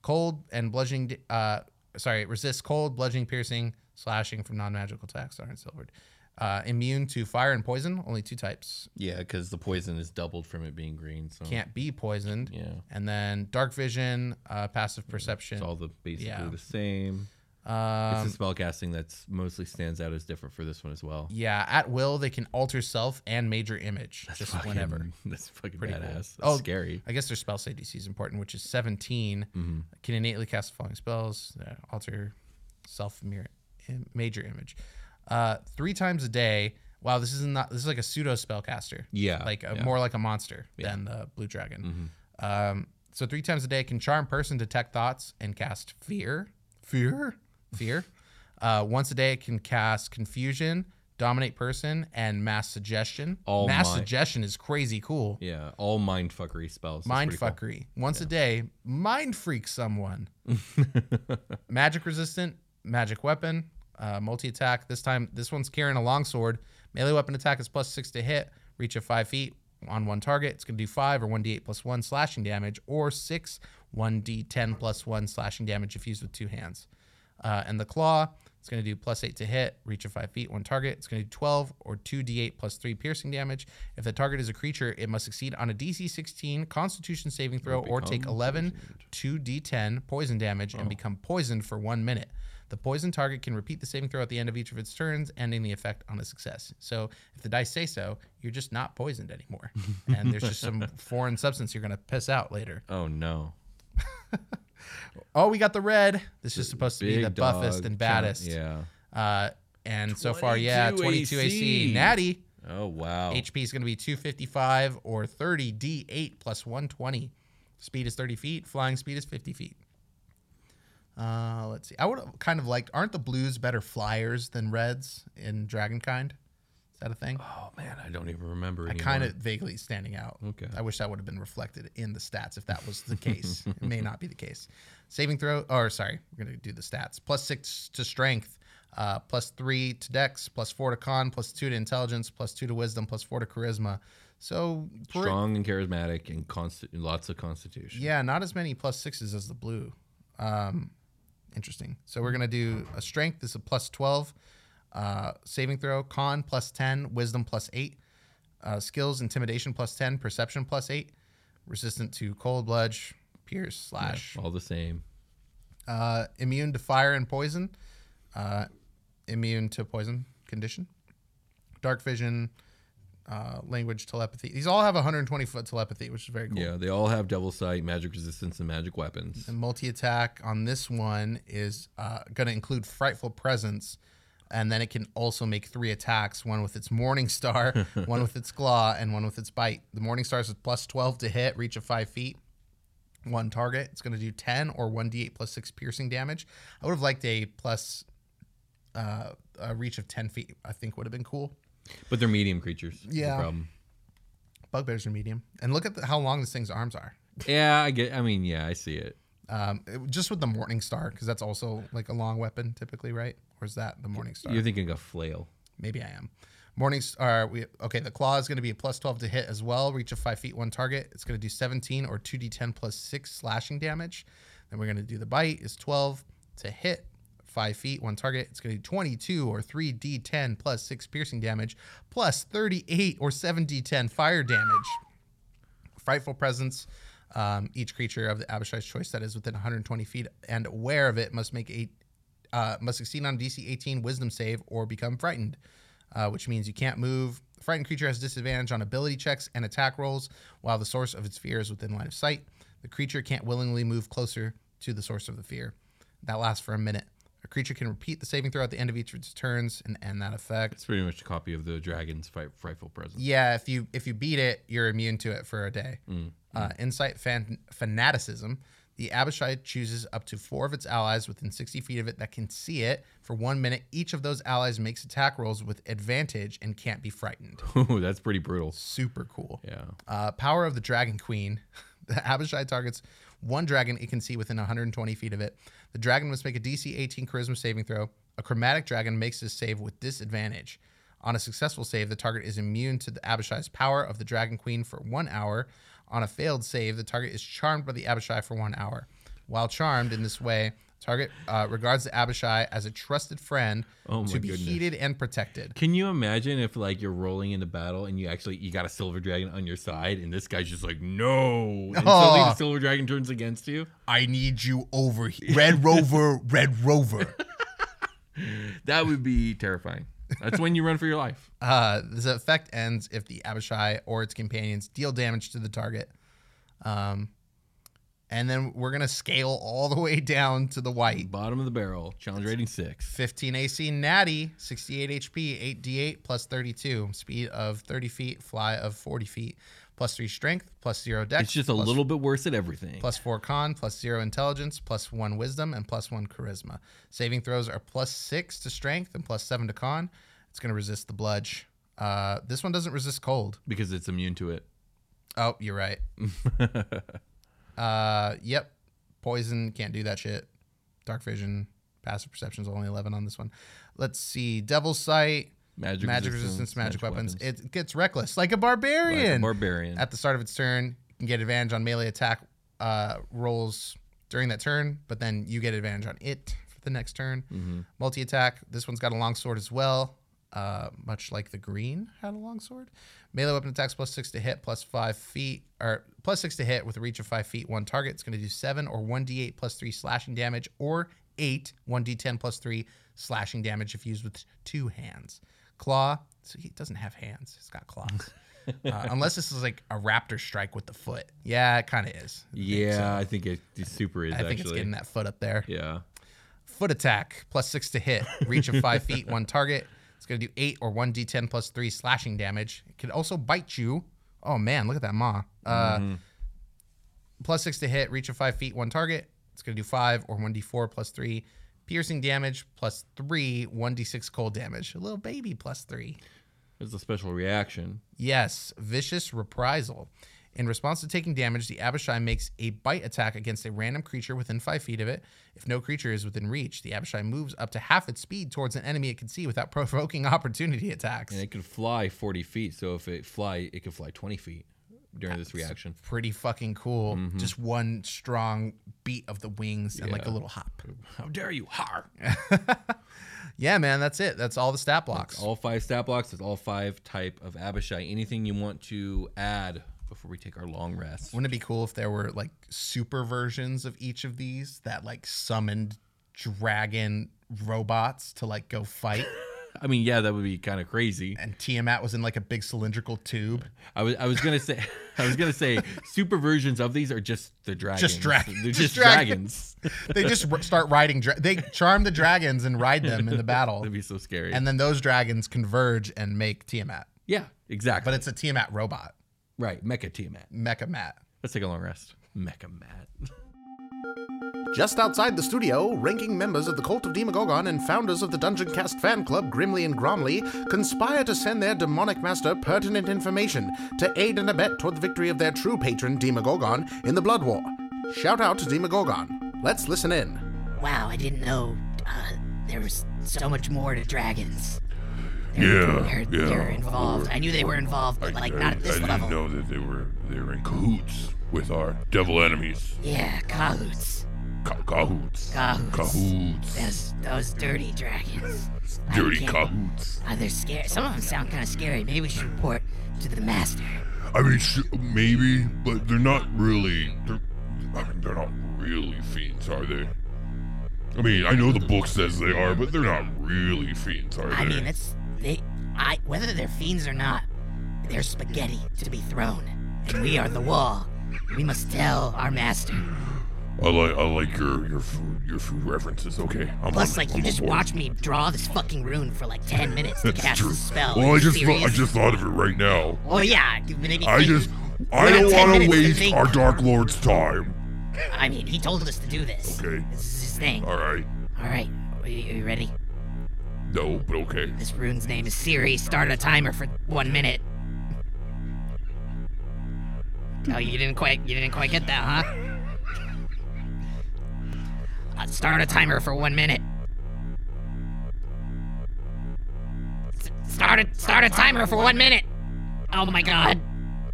S4: cold and bludgeoning. d- Uh, sorry, resists cold, bludgeoning, piercing, slashing from non-magical attacks. Iron silvered. Uh, immune to fire and poison, only two types.
S2: Yeah, because the poison is doubled from it being green. So
S4: Can't be poisoned.
S2: Yeah. Mm,
S4: And then dark vision, uh, passive perception.
S2: It's all the basically
S4: Yeah.
S2: the same.
S4: Um,
S2: it's the spellcasting that's mostly stands out as different for this one as well.
S4: yeah, at will they can alter self and major image just
S2: Fucking-
S4: whenever.
S2: That's fucking
S4: Pretty
S2: badass.
S4: cool.
S2: That's
S4: Oh,
S2: scary.
S4: I guess their spell save DC is important, which is 17.
S2: Mm-hmm.
S4: Can innately cast the following spells, uh, alter self mirror, im- major image, uh, three times a day. Wow, this is not this is like a pseudo spellcaster.
S2: Yeah,
S4: like a,
S2: yeah. Mm-hmm.
S4: more like a monster than the blue dragon. Um, so three times a day can charm person, detect thoughts, and cast fear, fear, fear. uh, once a day it can cast confusion, dominate person, and mass suggestion.
S2: Oh
S4: mass
S2: my.
S4: suggestion is crazy cool
S2: Yeah, all mind fuckery spells. That's
S4: mind
S2: pretty cool.
S4: fuckery once a day mind freak someone magic resistant magic weapon uh, multi attack this time this one's carrying a longsword melee weapon attack is plus six to hit reach of five feet on one target it's going to do five or 1d8 plus one slashing damage or six 1d10 plus one slashing damage if used with two hands uh, and the claw it's going to do plus eight to hit reach of five feet one target it's going to do 12 or 2d8 plus three piercing damage if the target is a creature it must succeed on a dc 16 constitution saving throw or take 11 2d10 poison damage
S2: Oh.
S4: and become poisoned for one minute the poison target can repeat the saving throw at the end of each of its turns ending the effect on a success so if the dice say so you're just not poisoned anymore and there's just some foreign substance you're going to piss out later
S2: Oh no,
S4: oh we got the red this is supposed to be the buffest
S2: dog
S4: and
S2: count.
S4: baddest
S2: Yeah.
S4: uh, and so far, yeah, 22 AC.
S2: AC.
S4: Natty.
S2: Oh wow.
S4: HP is going to be 255 or 30 D8 plus 120. Speed is 30 feet. Flying speed is 50 feet. Uh, let's see. I would have kind of liked. Aren't the blues better flyers than reds in Dragonkind? Is that a thing?
S2: oh man, I don't even remember.
S4: I
S2: anymore.
S4: kind of vaguely standing out.
S2: Okay.
S4: I wish that would have been reflected in the stats if that was the case. it may not be the case. Saving throw, or sorry, we're going to do the stats. Plus six to strength, uh, plus three to dex, plus four to con, plus two to intelligence, plus two to wisdom, plus four to charisma. So, per-
S2: strong and charismatic and consti- lots of constitution.
S4: yeah, not as many plus sixes as the blue. Um, interesting. So, we're going to do a strength, this is a plus 12. Uh, saving throw, con plus 10, wisdom plus 8. Uh, skills, intimidation plus 10, perception plus 8, resistant to cold, bludge, pierce, slash.
S2: All the same.
S4: Uh, immune to fire and poison, uh, immune to poison condition, dark vision, uh, language, telepathy. These all have 120 foot telepathy, which is very cool.
S2: Yeah, they all have double sight, magic resistance, and magic weapons.
S4: The multi attack on this one is uh, going to include Frightful Presence, and then it can also make three attacks one with its Morning Star, one with its Claw, and one with its Bite. The Morning Star is plus 12 to hit, reach of five feet, one target. It's going to do 10 or 1d8 plus six piercing damage. I would have liked a plus uh, a reach of 10 feet, I think would have been cool.
S2: But they're medium creatures. is the
S4: Yeah.
S2: problem.
S4: Bugbears are medium. And look at the, how long this thing's arms are.
S2: Yeah, I get. I mean, yeah, I see it.
S4: Um, it- just with the Morning Star, because that's also like a long weapon typically, right? Or is that the Morning Star?
S2: You're thinking of flail.
S4: Maybe I am. Morning Star. We okay. The claw is going to be a plus twelve to hit as well. Reach of five feet, one target. It's going to do seventeen or two d ten plus six slashing damage. Then we're going to do the bite is twelve to hit. Five feet, one target. It's going to do 22 or 3d10 plus 6 piercing damage, plus 38 or 7d10 fire damage. Frightful Presence. Um, each creature of the Abishai's choice that is within 120 feet and aware of it must make a uh, must succeed on a DC 18 Wisdom save or become frightened, uh, which means you can't move. Frightened creature has disadvantage on ability checks and attack rolls, while the source of its fear is within line of sight. The creature can't willingly move closer to the source of the fear. That lasts for a minute. A creature can repeat the saving throw at the end of each of its turns and end that effect.
S2: It's pretty much a copy of the dragon's fight, frightful presence.
S4: Yeah, if you if you beat it, you're immune to it for a day. Uh, insight fan- fanaticism. The Abishai chooses up to four of its allies within 60 feet of it that can see it for one minute. Each of those allies makes attack rolls with advantage and can't be frightened.
S2: Ooh, that's pretty brutal.
S4: Super cool.
S2: Yeah.
S4: Uh, power of the Dragon Queen. The Abishai targets one dragon it can see within 120 feet of it. The dragon must make a DC 18 Charisma saving throw. A chromatic dragon makes this save with disadvantage. On a successful save, the target is immune to the Abishai's power of the Dragon Queen for one hour. On a failed save, the target is charmed by the Abishai for one hour. While charmed in this way, Target uh, regards the Abishai as a trusted friend
S2: Oh my
S4: to be
S2: goodness.
S4: heated and protected.
S2: Can you imagine if like you're rolling into battle and you actually you got a silver dragon on your side and this guy's just like no and suddenly
S4: Aw.
S2: the silver dragon turns against you?
S4: I need you over here. Red Rover, Red Rover.
S2: That would be terrifying. That's when you run for your life.
S4: Uh, this effect ends if the Abishai or its companions deal damage to the target. Um, and then we're going to scale all the way down to the white.
S2: Bottom of the barrel, challenge rating six.
S4: 15 AC Natty, 68 HP, 8d8 plus 32, speed of 30 feet, fly of 40 feet, plus 3 strength, plus 0 dex.
S2: It's just a
S4: plus-
S2: little bit worse at everything.
S4: Plus 4 con, plus 0 intelligence, plus 1 wisdom, and plus 1 charisma. Saving throws are plus 6 to strength and plus 7 to con. It's going to resist the bludge. Uh, this one doesn't resist cold.
S2: because it's immune to it.
S4: Oh, you're right. uh, yep. Poison can't do that shit. Dark vision, passive perception is only 11 on this one. Let's see. Devil's sight,
S2: Magic,
S4: magic resistance, magic, weapons. It gets reckless like a barbarian.
S2: Like a barbarian.
S4: At the start of its turn, you can get advantage on melee attack uh, rolls during that turn, but then you get advantage on it for the next turn. Multi attack. This one's got a long sword as well, uh, much like the green had a long sword. Melee weapon attacks plus six to hit, plus five feet, or plus six to hit with a reach of five feet, one target. It's going to do seven or 1d8 plus three slashing damage, or eight, 1d10 plus three slashing damage if used with two hands. Claw. So he doesn't have hands, he's got claws. Uh, unless this is like a raptor strike with the foot. Yeah, it kind of is.
S2: yeah, I think it, it super is
S4: I
S2: actually.
S4: think it's getting that foot up there.
S2: Yeah.
S4: Foot attack plus six to hit, reach of five feet, one target. It's gonna do eight or one d10 plus three slashing damage. It could also bite you. Oh man, look at that maw. Uh,
S2: Mm-hmm.
S4: plus six to hit, reach of five feet, one target. It's gonna do five or one d4 plus three piercing damage, plus three one d6 cold damage. A little baby plus three.
S2: It's a special reaction.
S4: Yes, vicious reprisal. In response to taking damage, the Abishai makes a bite attack against a random creature within five feet of it. If no creature is within reach, the Abishai moves up to half its speed towards an enemy it can see without provoking opportunity attacks.
S2: And it could fly 40 feet. So if it fly, it could fly 20 feet during this reaction.
S4: Pretty fucking cool.
S2: Mm-hmm.
S4: Just one strong beat of the wings and like a little hop.
S2: How dare you? Har!
S4: Yeah, man, that's it. That's all the stat blocks.
S2: All five stat blocks. It's all five type of Abishai. Anything you want to add before we take our long rest?
S4: Wouldn't it be cool if there were like super versions of each of these that like summoned dragon robots to like go fight?
S2: I mean, yeah, that would be kind of crazy.
S4: and Tiamat was in like a big cylindrical tube.
S2: I was, I was gonna say, I was gonna say, super versions of these are just the dragons.
S4: dragons.
S2: They're
S4: Just
S2: just dragons.
S4: dragons. They just r- start riding. Dra- they charm the dragons and ride them in the battle,
S2: That'd be so scary.
S4: and then those dragons converge and make Tiamat.
S2: yeah, exactly.
S4: But it's a Tiamat robot,
S2: right, Mecha Tiamat.
S4: Mecha Mat.
S2: Let's take a long rest. Mecha Matt.
S1: Just outside the studio, ranking members of the Cult of Demagogon and founders of the Dungeon Cast fan club, Grimly and Gromley, conspire to send their demonic master pertinent information to aid and abet toward the victory of their true patron, Demagogon, in the Blood War. Shout out to Demagogon. Let's listen in.
S6: Wow, I didn't know uh, there was so much more to dragons.
S3: Yeah,
S6: They're, they're involved. I knew they were involved, but like not at this
S3: I
S6: level.
S3: didn't know that they were they were in cahoots with our devil enemies.
S6: Yeah, cahoots.
S3: Ca- cahoots.
S6: Cahoots.
S3: Cahoots.
S6: Those those dirty dragons. I
S3: Dirty
S6: can't-
S3: cahoots.
S6: Uh, they're scary. Some of them sound kind of scary. Maybe we should report to the master.
S3: I mean, sh- maybe, but they're not really. They're, I mean, they're not really fiends, are they? I mean, I know the book says they are, but they're not really fiends, are they?
S6: I mean, that's they. I whether they're fiends or not, they're spaghetti to be thrown, and we are the wall. We must tell our master.
S3: I like I like your your food your food references. Okay, I'm
S6: Plus,
S3: on-
S6: like
S3: I'm
S6: you just
S3: on board.
S6: watched me draw this fucking rune for like ten minutes to cast
S3: True.
S6: a spell.
S3: Well,
S6: Are
S3: I
S6: you
S3: just thought, I
S6: serious?
S3: just thought of it right now.
S6: Well, yeah, you made me
S3: I
S6: think.
S3: just I
S6: We're at
S3: don't
S6: 10
S3: want to
S6: minutes to
S3: waste
S6: think.
S3: our Dark Lord's time.
S6: I mean, he told us to do this.
S3: Okay.
S6: This is his thing.
S3: All right.
S6: All right. Are you, are you ready?
S3: No, but okay.
S6: This rune's name is Siri. Start a timer for one minute. Oh, you didn't quite, you didn't quite get that, huh? Uh, start a timer for one minute. S- start a, start a timer for one minute. Oh my God,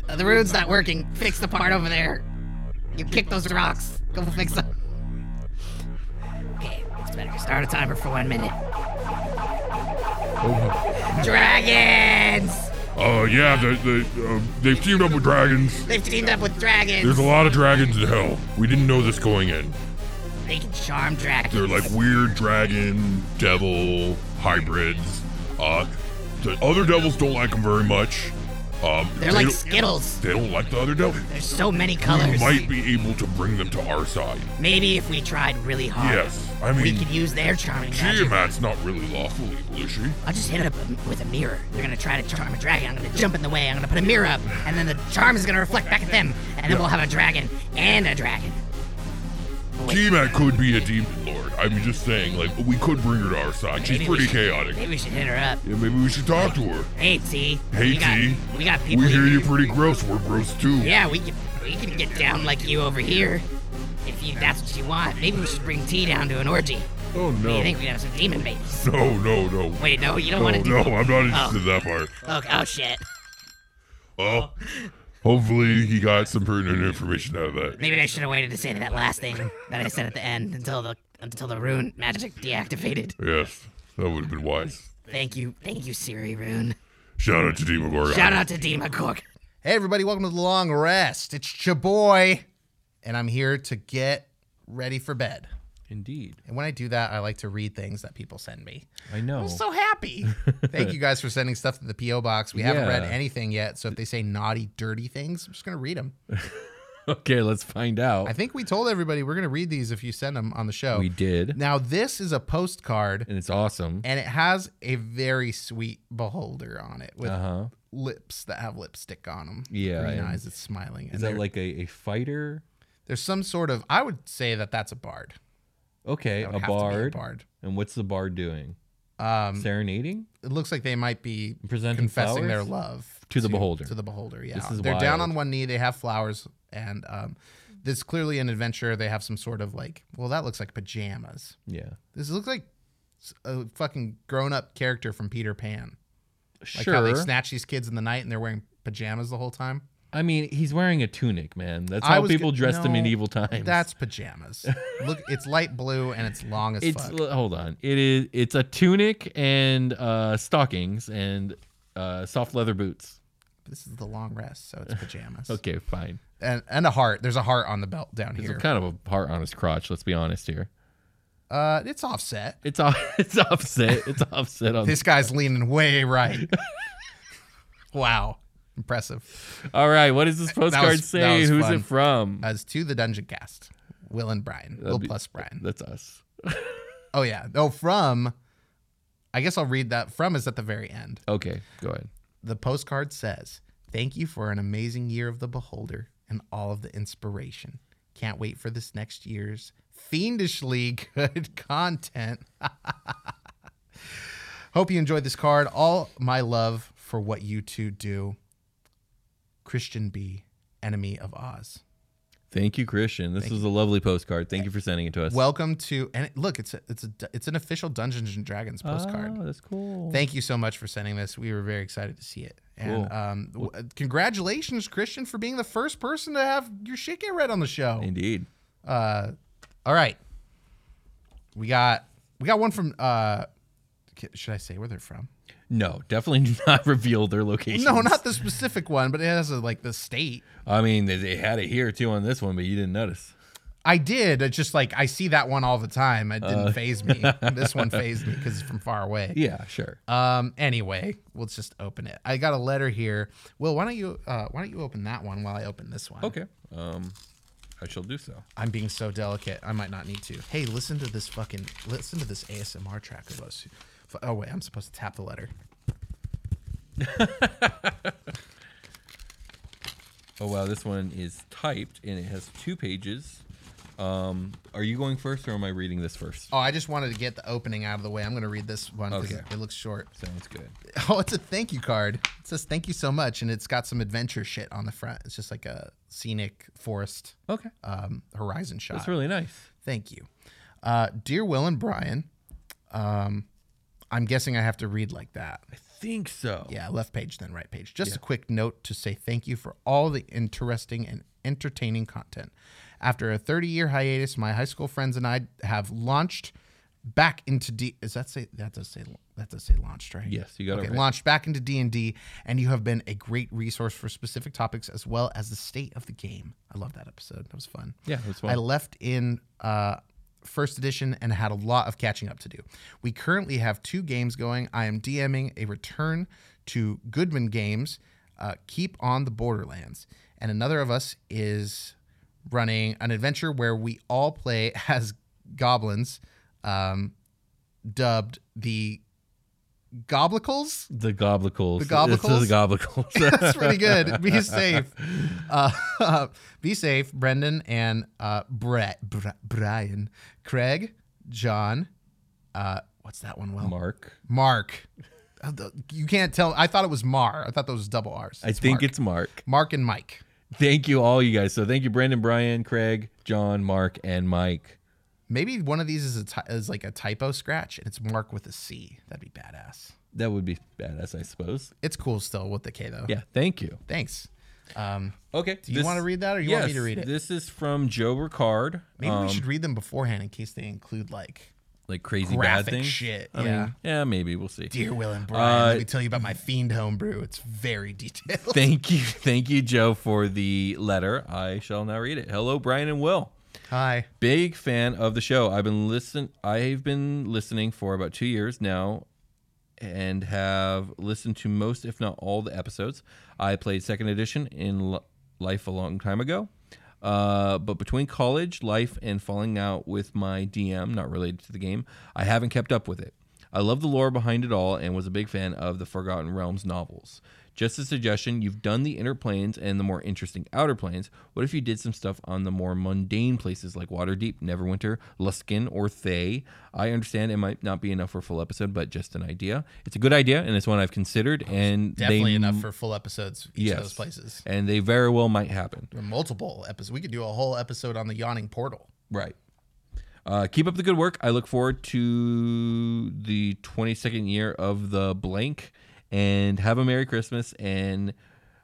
S6: Uh, the rune's not working. Fix the part over there. You kick those rocks. Go fix them. Better start a timer for one minute.
S3: Oh,
S6: Dragons!
S3: uh, yeah, they, they, uh, they've teamed up with dragons.
S6: They've teamed up with dragons.
S3: There's a lot of dragons in hell. We didn't know this going in.
S6: They can charm dragons.
S3: They're like weird dragon, devil hybrids. Uh, the other devils don't like them very much. Um,
S6: They're
S3: they
S6: like
S3: don't-
S6: Skittles.
S3: They don't like the other devils.
S6: There's so many
S3: We
S6: colors.
S3: might be able to bring them to our side.
S6: Maybe if we tried really hard.
S3: Yes, I
S6: We
S3: mean-
S6: could use their charming magic.
S3: Tiamat's not really lawful evil, is she?
S6: I'll just hit it up with a mirror. They're gonna try to charm a dragon. I'm gonna jump in the way. I'm gonna put a mirror up, and then the charm is gonna reflect back at them, and then we'll have a dragon and a dragon.
S3: Tiamat could be a demon lord. I'm just saying, like, we could bring her to our side. She's
S6: Maybe we
S3: pretty
S6: should-
S3: chaotic.
S6: Maybe we should hit her up.
S3: Yeah, maybe we should talk to her.
S6: Hey T.
S3: Hey,
S6: we got,
S3: T.
S6: We got people.
S3: We hear
S6: here.
S3: you're pretty gross. We're gross too.
S6: Yeah, we can we can get down like you over here. If you that's what you want, maybe we should bring T down to an orgy.
S3: Oh
S6: Do
S3: no.
S6: you think we have some demon babies?
S3: No, no, no.
S6: Wait, no, you don't
S3: No,
S6: want to do.
S3: no, I'm not interested in that part.
S6: Oh, oh shit.
S3: Oh. Hopefully he got some pertinent information out of that.
S6: Maybe I should have waited to say that last thing that I said at the end until the until the rune magic deactivated.
S3: Yes. That would have been wise.
S6: Thank you, thank you, Siri Rune.
S3: Shout out to Demogorgon.
S6: Shout out to Demagog.
S1: Hey, everybody, welcome to The Long Rest. It's your boy, and I'm here to get ready for bed.
S2: Indeed.
S1: And when I do that, I like to read things that people send me.
S2: I know.
S1: I'm so happy. Thank you guys for sending stuff to the P.O. box. We haven't read
S2: Yeah.
S1: anything yet, so if they say naughty, dirty things, I'm just going to read them.
S2: okay, let's find out.
S1: I think we told everybody we're going to read these if you send them on the show.
S2: we did.
S1: Now, this is a postcard,
S2: And it's awesome.
S1: and it has a very sweet beholder on it with
S2: Uh huh.
S1: lips that have lipstick on them.
S2: Yeah,
S1: Green
S2: and-
S1: eyes, it's smiling.
S2: Is
S1: and
S2: that
S1: they're-
S2: like a, a fighter?
S1: There's some sort of. I would say that that's a bard.
S2: Okay,
S1: That would
S2: a
S1: have to be
S2: bard.
S1: bard.
S2: And what's the bard doing?
S1: Um,
S2: Serenading?
S1: it looks like they might be
S2: Presenting
S1: confessing their
S2: flowers?
S1: love
S2: To the beholder.
S1: To the beholder. Yeah,
S2: This is
S1: they're down
S2: wild.
S1: on one knee. They have flowers, and um, this is clearly an adventure. They have some sort of like. Well, that looks like pajamas.
S2: Yeah.
S1: This looks like s- a fucking grown-up character from Peter Pan. Like
S2: sure.
S1: how they snatch these kids in the night and they're wearing pajamas the whole time.
S2: I mean, he's wearing a tunic, man. That's
S1: I
S2: how
S1: was go-
S2: people dressed in
S1: No,
S2: medieval times.
S1: That's pajamas. Look, it's light blue and it's long as
S2: it's
S1: fuck.
S2: l- hold on. It is it's a tunic and uh stockings and uh soft leather boots.
S1: this is the long rest, so it's pajamas.
S2: Okay, fine.
S1: and and a heart. There's a heart on the belt down
S2: It's
S1: here.
S2: kind of a heart on his crotch, let's be honest here.
S1: uh, it's offset.
S2: It's off, it's offset. It's offset on
S1: This guy's leaning way right. wow, impressive.
S2: All right, what does this postcard
S1: was- that
S2: say?
S1: was
S2: Who's
S1: fun. Uh,
S2: it from?
S1: As to the dungeon cast, Will and Brian, Will
S2: be-
S1: plus Brian.
S2: That's us.
S1: Oh yeah. Oh, from. I guess I'll read that. From is at the very end.
S2: Okay, go ahead.
S1: The postcard says, Thank you for an amazing year of the Beholder and all of the inspiration. Can't wait for this next year's fiendishly good content. Hope you enjoyed this card. All my love for what you two do. Christian B., Enemy of Oz.
S2: Thank you, Christian. This was a lovely postcard. Thank you for sending it to us.
S1: Welcome to and it- look, it's a, it's a it's an official Dungeons and Dragons postcard.
S2: Oh, that's cool.
S1: Thank you so much for sending this. We were very excited to see it. And
S2: Cool.
S1: um, w- congratulations, Christian, for being the first person to have your shit get read on the show.
S2: Indeed.
S1: All right, we got we got one from. Uh, k- should I say where they're from?
S2: No, definitely do not reveal their location.
S1: No, not the specific one, but it has a, like the state.
S2: I mean, they, they had it here too on this one, but you didn't notice.
S1: I did. It's just like I see that one all the time. It didn't phase me. this one phased me because it's from far away.
S2: Uh. Yeah, sure.
S1: Um. Anyway, let's just open it. I got a letter here. Will, why don't you uh, why don't you open that one while I open this one?
S2: Okay. Um, I shall do so.
S1: I'm being so delicate. I might not need to. Hey, listen to this fucking listen to this ASMR track of us. F- Oh wait, I'm supposed to tap the letter.
S2: Oh wow, this one is typed and it has two pages. Um, are you going first or am I reading this first?
S1: Oh, I just wanted to get the opening out of the way. I'm gonna read this one because
S2: Okay.
S1: it looks short.
S2: Sounds good.
S1: Oh, it's a thank you card. It says thank you so much, and it's got some adventure shit on the front. It's just like a scenic forest
S2: Okay.
S1: um, horizon shot.
S2: That's really nice.
S1: Thank you. Uh, dear Will and Brian, um, I'm guessing I have to read like that.
S2: I think so.
S1: Yeah, left page, then right page. Just a quick note to say thank you for all the interesting and entertaining content. After a 30 year hiatus, my high school friends and I have launched
S4: back into D. Is that say that does say that does say launched right?
S2: Yes, you got it
S4: okay,
S2: right.
S4: Launched back into D and D, and you have been a great resource for specific topics as well as the state of the game. I love that episode. That was fun.
S2: Yeah, it was fun.
S4: I left in uh, first edition and had a lot of catching up to do. We currently have two games going. I am DMing a return to Goodman Games, uh, Keep on the Borderlands, and another of us is running an adventure where we all play as goblins, um, dubbed the Goblicles.
S2: The Goblicles.
S4: The Goblicles?
S2: It's The Goblicles.
S4: That's pretty good. Be safe. Uh, be safe, Brendan and uh, Brett, Br- Brian, Craig, John. Uh, what's that one? Well,
S2: Mark.
S4: Mark. Uh, the- You can't tell. I thought it was Mar. I thought those was double R's.
S2: I think
S4: Mark.
S2: it's Mark.
S4: Mark and Mike.
S2: Thank you, all you guys. So thank you, Brandon, Brian, Craig, John, Mark, and Mike.
S4: Maybe one of these is a ty- is like a typo scratch, and it's Mark with a C. That'd be badass.
S2: That would be badass, I suppose.
S4: It's cool still with the K though.
S2: Yeah, thank you.
S4: Thanks. Um,
S2: Okay.
S4: Do you wanna read that or you want me to read it?
S2: This is from Joe Ricard.
S4: maybe
S2: um,
S4: we should read them beforehand in case they include like
S2: like crazy bad
S4: graphic
S2: things.
S4: shit.
S2: I
S4: yeah.
S2: mean, yeah, maybe we'll see.
S4: Dear Will and Brian,
S2: Uh,
S4: let me tell you about my fiend homebrew. It's very detailed.
S2: Thank you, thank you, Joe, for the letter. I shall now read it. Hello, Brian and Will.
S4: Hi.
S2: Big fan of the show. I've been listen. I've been listening for about two years now, and have listened to most, if not all, the episodes. I played Second Edition in L- Life a long time ago, uh, but between college life and falling out with my DM, not related to the game, I haven't kept up with it. I love the lore behind it all and was a big fan of the Forgotten Realms novels. Just a suggestion, you've done the inner planes and the more interesting outer planes. What if you did some stuff on the more mundane places like Waterdeep, Neverwinter, Luskin, or Thay? I understand it might not be enough for a full episode, but just an idea. It's a good idea and it's one I've considered and
S4: Definitely
S2: they,
S4: enough for full episodes each
S2: Yes.
S4: of those places.
S2: and they very well might happen.
S4: Or multiple episodes. We could do a whole episode on the yawning portal.
S2: Right. Uh, keep up the good work. I look forward to the 22nd year of the blank and have a Merry Christmas and,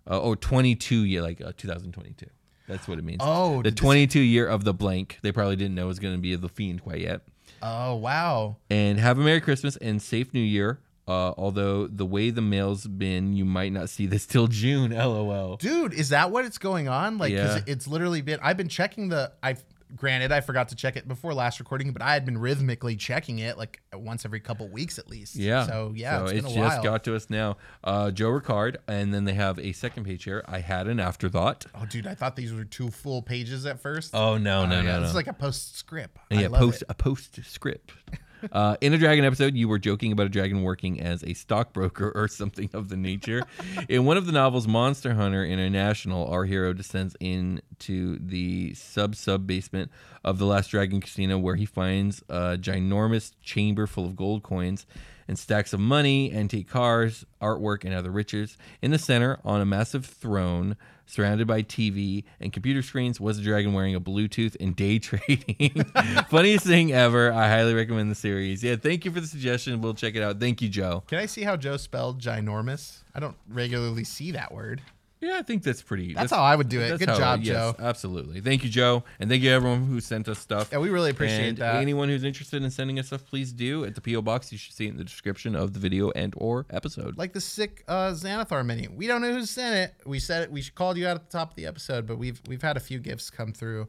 S2: uh, oh, 22 year, like uh, 2022. That's what it means.
S4: Oh,
S2: the
S4: did this-
S2: 22 year of the blank. They probably didn't know it was going to be the fiend quite yet.
S4: Oh wow.
S2: And have a Merry Christmas and safe New Year. Uh, although the way the mail's been, you might not see this till June. LOL.
S4: Dude, is that what it's going on? Like 'cause
S2: Yeah.
S4: it's literally been I've been checking the I've granted I forgot to check it before last recording, but I had been rhythmically checking it like once every couple weeks at least.
S2: Yeah.
S4: So yeah, it's been a
S2: just
S4: while.
S2: got to us now. Uh, Joe Ricard, and then they have a second page here. I had an afterthought.
S4: oh dude, I thought these were two full pages at first.
S2: Oh no, no,
S4: Yeah,
S2: no, no.
S4: This is like a postscript. I
S2: yeah,
S4: love
S2: post
S4: it.
S2: a postscript. Uh, in a dragon episode, you were joking about a dragon working as a stockbroker or something of the nature. in one of the novels, Monster Hunter International, our hero descends into the sub sub basement of the Last Dragon Casino, where he finds a ginormous chamber full of gold coins and stacks of money, antique cars, artwork, and other riches. In the center, on a massive throne, surrounded by TV and computer screens, was a dragon wearing a Bluetooth and day trading. Funniest thing ever. I highly recommend the series. Yeah, thank you for the suggestion. We'll check it out. Thank you, Joe.
S4: Can I see how Joe spelled ginormous? I don't regularly see that word.
S2: Yeah, I think that's pretty.
S4: That's how I would do it.
S2: that's
S4: Good
S2: how-
S4: job,
S2: yes,
S4: Joe.
S2: Absolutely. Thank you, Joe. And thank you, everyone who sent us stuff.
S4: Yeah, we really appreciate
S2: and
S4: that.
S2: Anyone who's interested in sending us stuff, please do. At the P.O. Box, you should see it in the description of the video and or episode.
S4: like the sick uh, Xanathar menu. We don't know who sent it. We said it. We called you out at the top of the episode, but we've we've had a few gifts come through,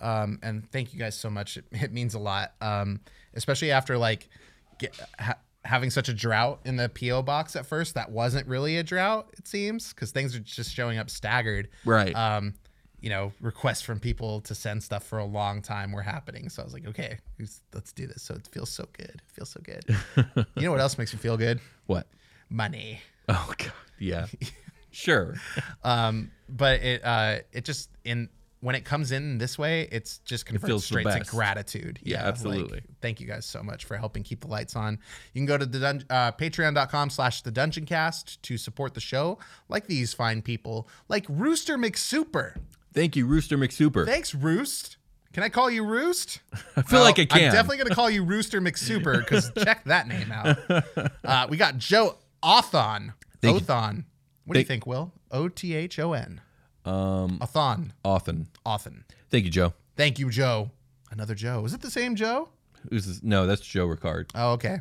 S4: um, and thank you guys so much. It, it means a lot, um, especially after like get, ha- having such a drought in the PO box at first. That wasn't really a drought, it seems, because things are just showing up staggered.
S2: Right.
S4: Um, you know, requests from people to send stuff for a long time were happening. So I was like, okay, let's- let's do this. So it feels so good. It feels so good. you know what else makes me feel good?
S2: what?
S4: Money.
S2: Oh God. Yeah. sure.
S4: Um, but it uh, it just in when it comes in this way, it's just converts
S2: feels the
S4: straight to
S2: best.
S4: gratitude.
S2: Yeah,
S4: like,
S2: absolutely.
S4: thank you guys so much for helping keep the lights on. You can go to the dun- uh, patreon.com slash the dungeon cast to support the show, like these fine people, like Rooster McSuper.
S2: Thank you, Rooster McSuper.
S4: Thanks, Roost. Can I call you Roost?
S2: I feel like I can.
S4: I'm definitely gonna call you Rooster McSuper because check that name out. Uh, we got Joe Othon.
S2: Thank you.
S4: Othon. What do you think, Will? O T H O N. Um, Othon.
S2: often.
S4: Othon.
S2: Thank you, Joe.
S4: Thank you, Joe. Another Joe. Is it the same Joe?
S2: Who's this? No, that's Joe Ricard.
S4: Oh, okay.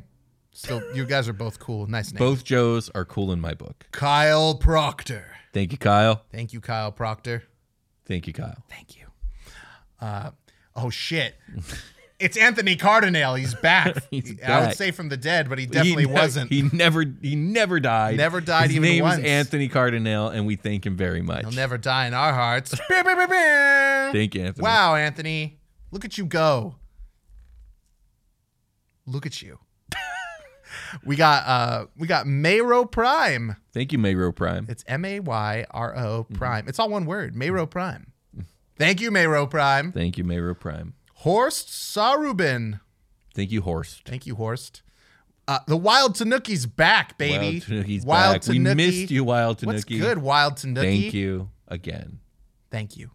S4: Still, you guys are both cool. Nice name.
S2: Both Joes are cool in my book.
S4: Kyle Proctor.
S2: Thank you, Kyle.
S4: Thank you, Kyle Proctor.
S2: Thank you, Kyle.
S4: Thank you. Uh, oh shit. It's Anthony Cardinale. He's back.
S2: He's
S4: I would
S2: back.
S4: say from the dead, but he definitely
S2: ne-
S4: wasn't.
S2: He never he never died.
S4: Never died
S2: His
S4: even
S2: name
S4: once.
S2: is Anthony Cardinale, and we thank him very much.
S4: He'll never die in our hearts. Beep, beep, beep, beep.
S2: Thank you, Anthony.
S4: Wow, Anthony. Look at you go. Look at you. we got uh we got Mayro Prime.
S2: Thank you, Mayro Prime.
S4: It's M A Y R O
S2: Mm-hmm.
S4: Prime. It's all one word. Mayro Prime. Thank you, Mayro Prime.
S2: Thank you, Mayro Prime.
S4: Horst Sarubin.
S2: Thank you, Horst.
S4: Thank you, Horst. Uh, the Wild Tanuki's back, baby.
S2: Wild Tanuki's back. We missed you, Wild
S4: What's
S2: Tanuki.
S4: good, Wild Tanuki?
S2: Thank you again.
S4: Thank you.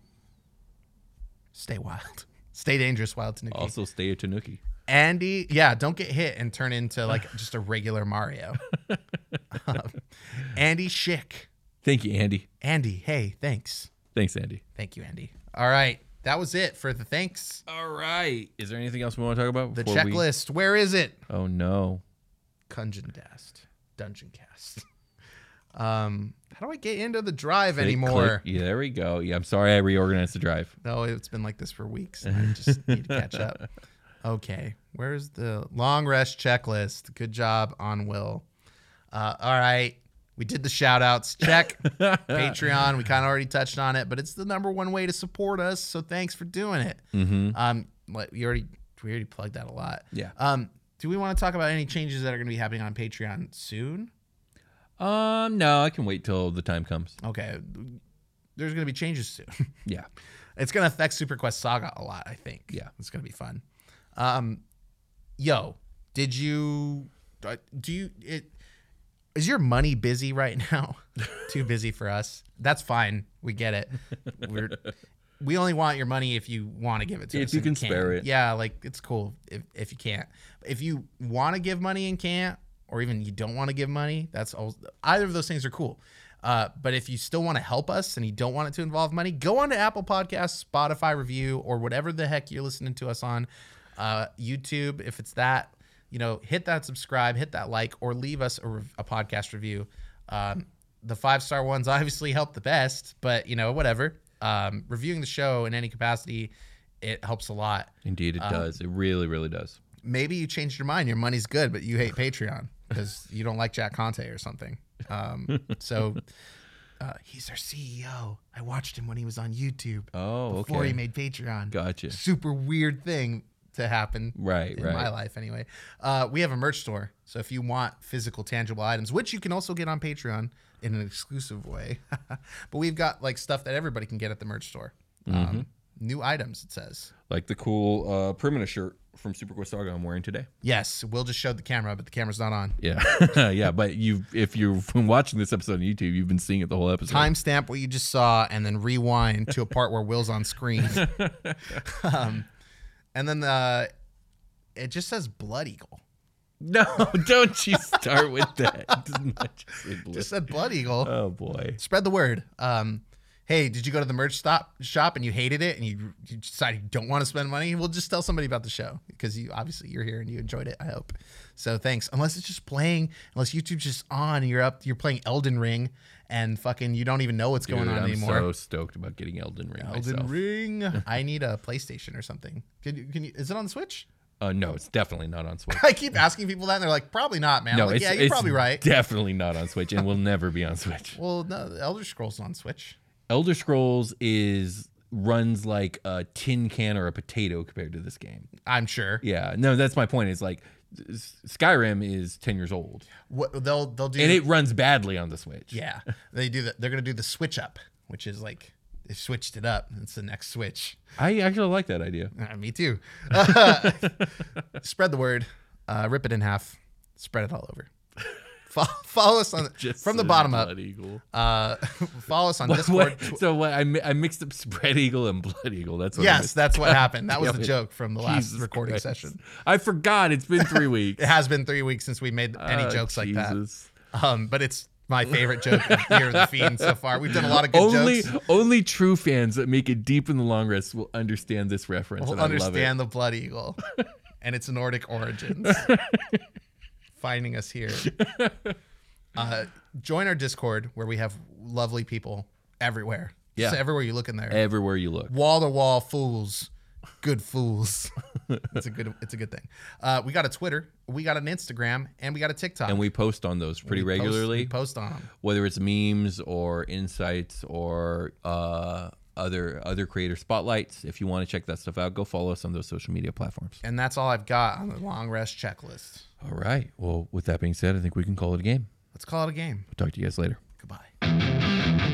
S4: Stay wild. Stay dangerous, Wild Tanuki.
S2: Also, stay a Tanuki.
S4: Andy, yeah, don't get hit and turn into like just a regular Mario. Um, Andy Schick.
S2: Thank you, Andy.
S4: Andy, hey, thanks.
S2: Thanks, Andy.
S4: Thank you, Andy. All right. That was it for the thanks.
S2: All right. Is there anything else we want to talk about?
S4: The
S2: before we-
S4: checklist. Where is it?
S2: Oh no.
S4: Dungeon Dast. Dungeon Cast. Um, how do I get into the drive anymore?
S2: Click. Yeah, there we go. Yeah, I'm sorry I reorganized the drive.
S4: No, it's been like this for weeks. And I just need to catch up. Okay, where's the long rest checklist? Good job on Will. Uh, all right, we did the shout outs. Check Patreon. We kind of already touched on it, but it's the number one way to support us. So thanks for doing it. Um, like we already we already plugged that a lot.
S2: Yeah.
S4: Um, do we want to talk about any changes that are going to be happening on Patreon soon?
S2: Um, no, I can wait till the time comes.
S4: Okay, there's going to be changes soon.
S2: Yeah.
S4: It's gonna affect Super Quest Saga a lot, I think.
S2: Yeah.
S4: it's gonna be fun. Um, yo, did you uh, do you it? Is your money busy right now? Too busy for us. That's fine. We get it. We're we only want your money if you want to give it to
S2: If
S4: us.
S2: you
S4: and
S2: can spare it.
S4: Yeah, like it's cool if if you can't. If you want to give money and can't, or even you don't want to give money, that's all. Either of those things are cool. Uh, but if you still want to help us and you don't want it to involve money, go on to Apple Podcasts, Spotify review, or whatever the heck you're listening to us on. Uh, YouTube, if it's that, you know, hit that subscribe, hit that like, or leave us a, rev- a podcast review. Um, the five star ones obviously help the best, but you know, whatever. Um, reviewing the show in any capacity, it helps a lot.
S2: Indeed, it does. It really, really does.
S4: Maybe you changed your mind. Your money's good, but you hate Patreon because you don't like Jack Conte or something. Um, so uh, he's our CEO. I watched him when he was on YouTube
S2: Oh,
S4: before
S2: okay.
S4: he made Patreon
S2: Gotcha.
S4: super weird thing to happen
S2: Right,
S4: in
S2: right.
S4: my life anyway uh, we have a merch store so if you want physical tangible items which you can also get on patreon in an exclusive way but we've got like stuff that everybody can get at the merch store
S2: Mm-hmm.
S4: um, new items it says
S2: Like the cool uh perimeter shirt from Super Quest Saga I'm wearing today.
S4: yes will just showed the camera but the camera's not on
S2: Yeah. yeah, but you if you've been watching this episode on YouTube, you've been seeing it the whole episode.
S4: timestamp what you just saw and then rewind to a part where will's on screen um, and then uh, it just says blood eagle
S2: No, don't you start with that. It does not just say blue.
S4: just said blood eagle
S2: oh boy.
S4: spread the word. Um, hey, did you go to the merch stop shop and you hated it and you, you decided you don't want to spend money? Well, just tell somebody about the show because you obviously you're here and you enjoyed it. I hope. So thanks. Unless it's just playing, unless YouTube's just on, and you're up, you're playing Elden Ring, and fucking you don't even know what's going
S2: Dude,
S4: on
S2: I'm
S4: anymore.
S2: so stoked about getting Elden Ring
S4: Elden
S2: myself.
S4: Ring. I need a PlayStation or something. Can you, can you? Is it on the Switch?
S2: Uh, no, it's definitely not on Switch.
S4: I keep asking people that, and they're like, "Probably not, man." I'm
S2: No,
S4: like,
S2: it's,
S4: yeah, you're
S2: it's
S4: probably right.
S2: Definitely not on Switch, and will never be on Switch.
S4: well, no, the Elder Scrolls is on Switch.
S2: Elder Scrolls is runs like a tin can or a potato compared to this game.
S4: I'm sure.
S2: Yeah, no, that's my point. Is like S- Skyrim is ten years old,
S4: What they'll they'll do
S2: and it runs badly on the Switch.
S4: Yeah, they do that. They're gonna do the switch up, which is like they switched it up. It's the next switch.
S2: I actually like that idea.
S4: Uh, me too. spread the word. Uh, rip it in half. Spread it all over. Follow, follow us on from the bottom up.
S2: Eagle.
S4: Uh, follow us on Discord.
S2: What, so what? I, mi- I mixed up spread eagle and blood eagle. That's what I
S4: Yes,
S2: mixed-
S4: that's what happened. That was
S2: Damn
S4: the
S2: it.
S4: joke from the last
S2: Jesus
S4: recording
S2: Christ.
S4: session.
S2: I forgot. It's been three weeks.
S4: It has been three weeks since we made any
S2: Ah,
S4: jokes like that.
S2: Jesus.
S4: Um, but it's my favorite joke of Year of the Fiend so far. We've done a lot of good
S2: only
S4: jokes.
S2: only true fans that make it deep in the long rest will understand this reference.
S4: will
S2: and I love it.
S4: understand the blood eagle and its Nordic origins. Finding us here. Uh, join our Discord where we have lovely people everywhere.
S2: Yeah.
S4: So everywhere you look in there.
S2: Everywhere you look.
S4: Wall to wall fools. Good fools. it's a good it's a good thing. Uh, we got a Twitter, we got an Instagram, and we got a TikTok.
S2: And we post on those pretty
S4: Post-
S2: regularly,
S4: we post on 'em.
S2: whether it's memes or insights or uh, other other creator spotlights. If you want to check that stuff out, go follow us on those social media platforms.
S4: And that's all I've got on the long rest checklist.
S2: All right. Well, with that being said, I think we can call it a game.
S4: Let's call it a game.
S2: We'll talk to you guys later.
S4: Goodbye.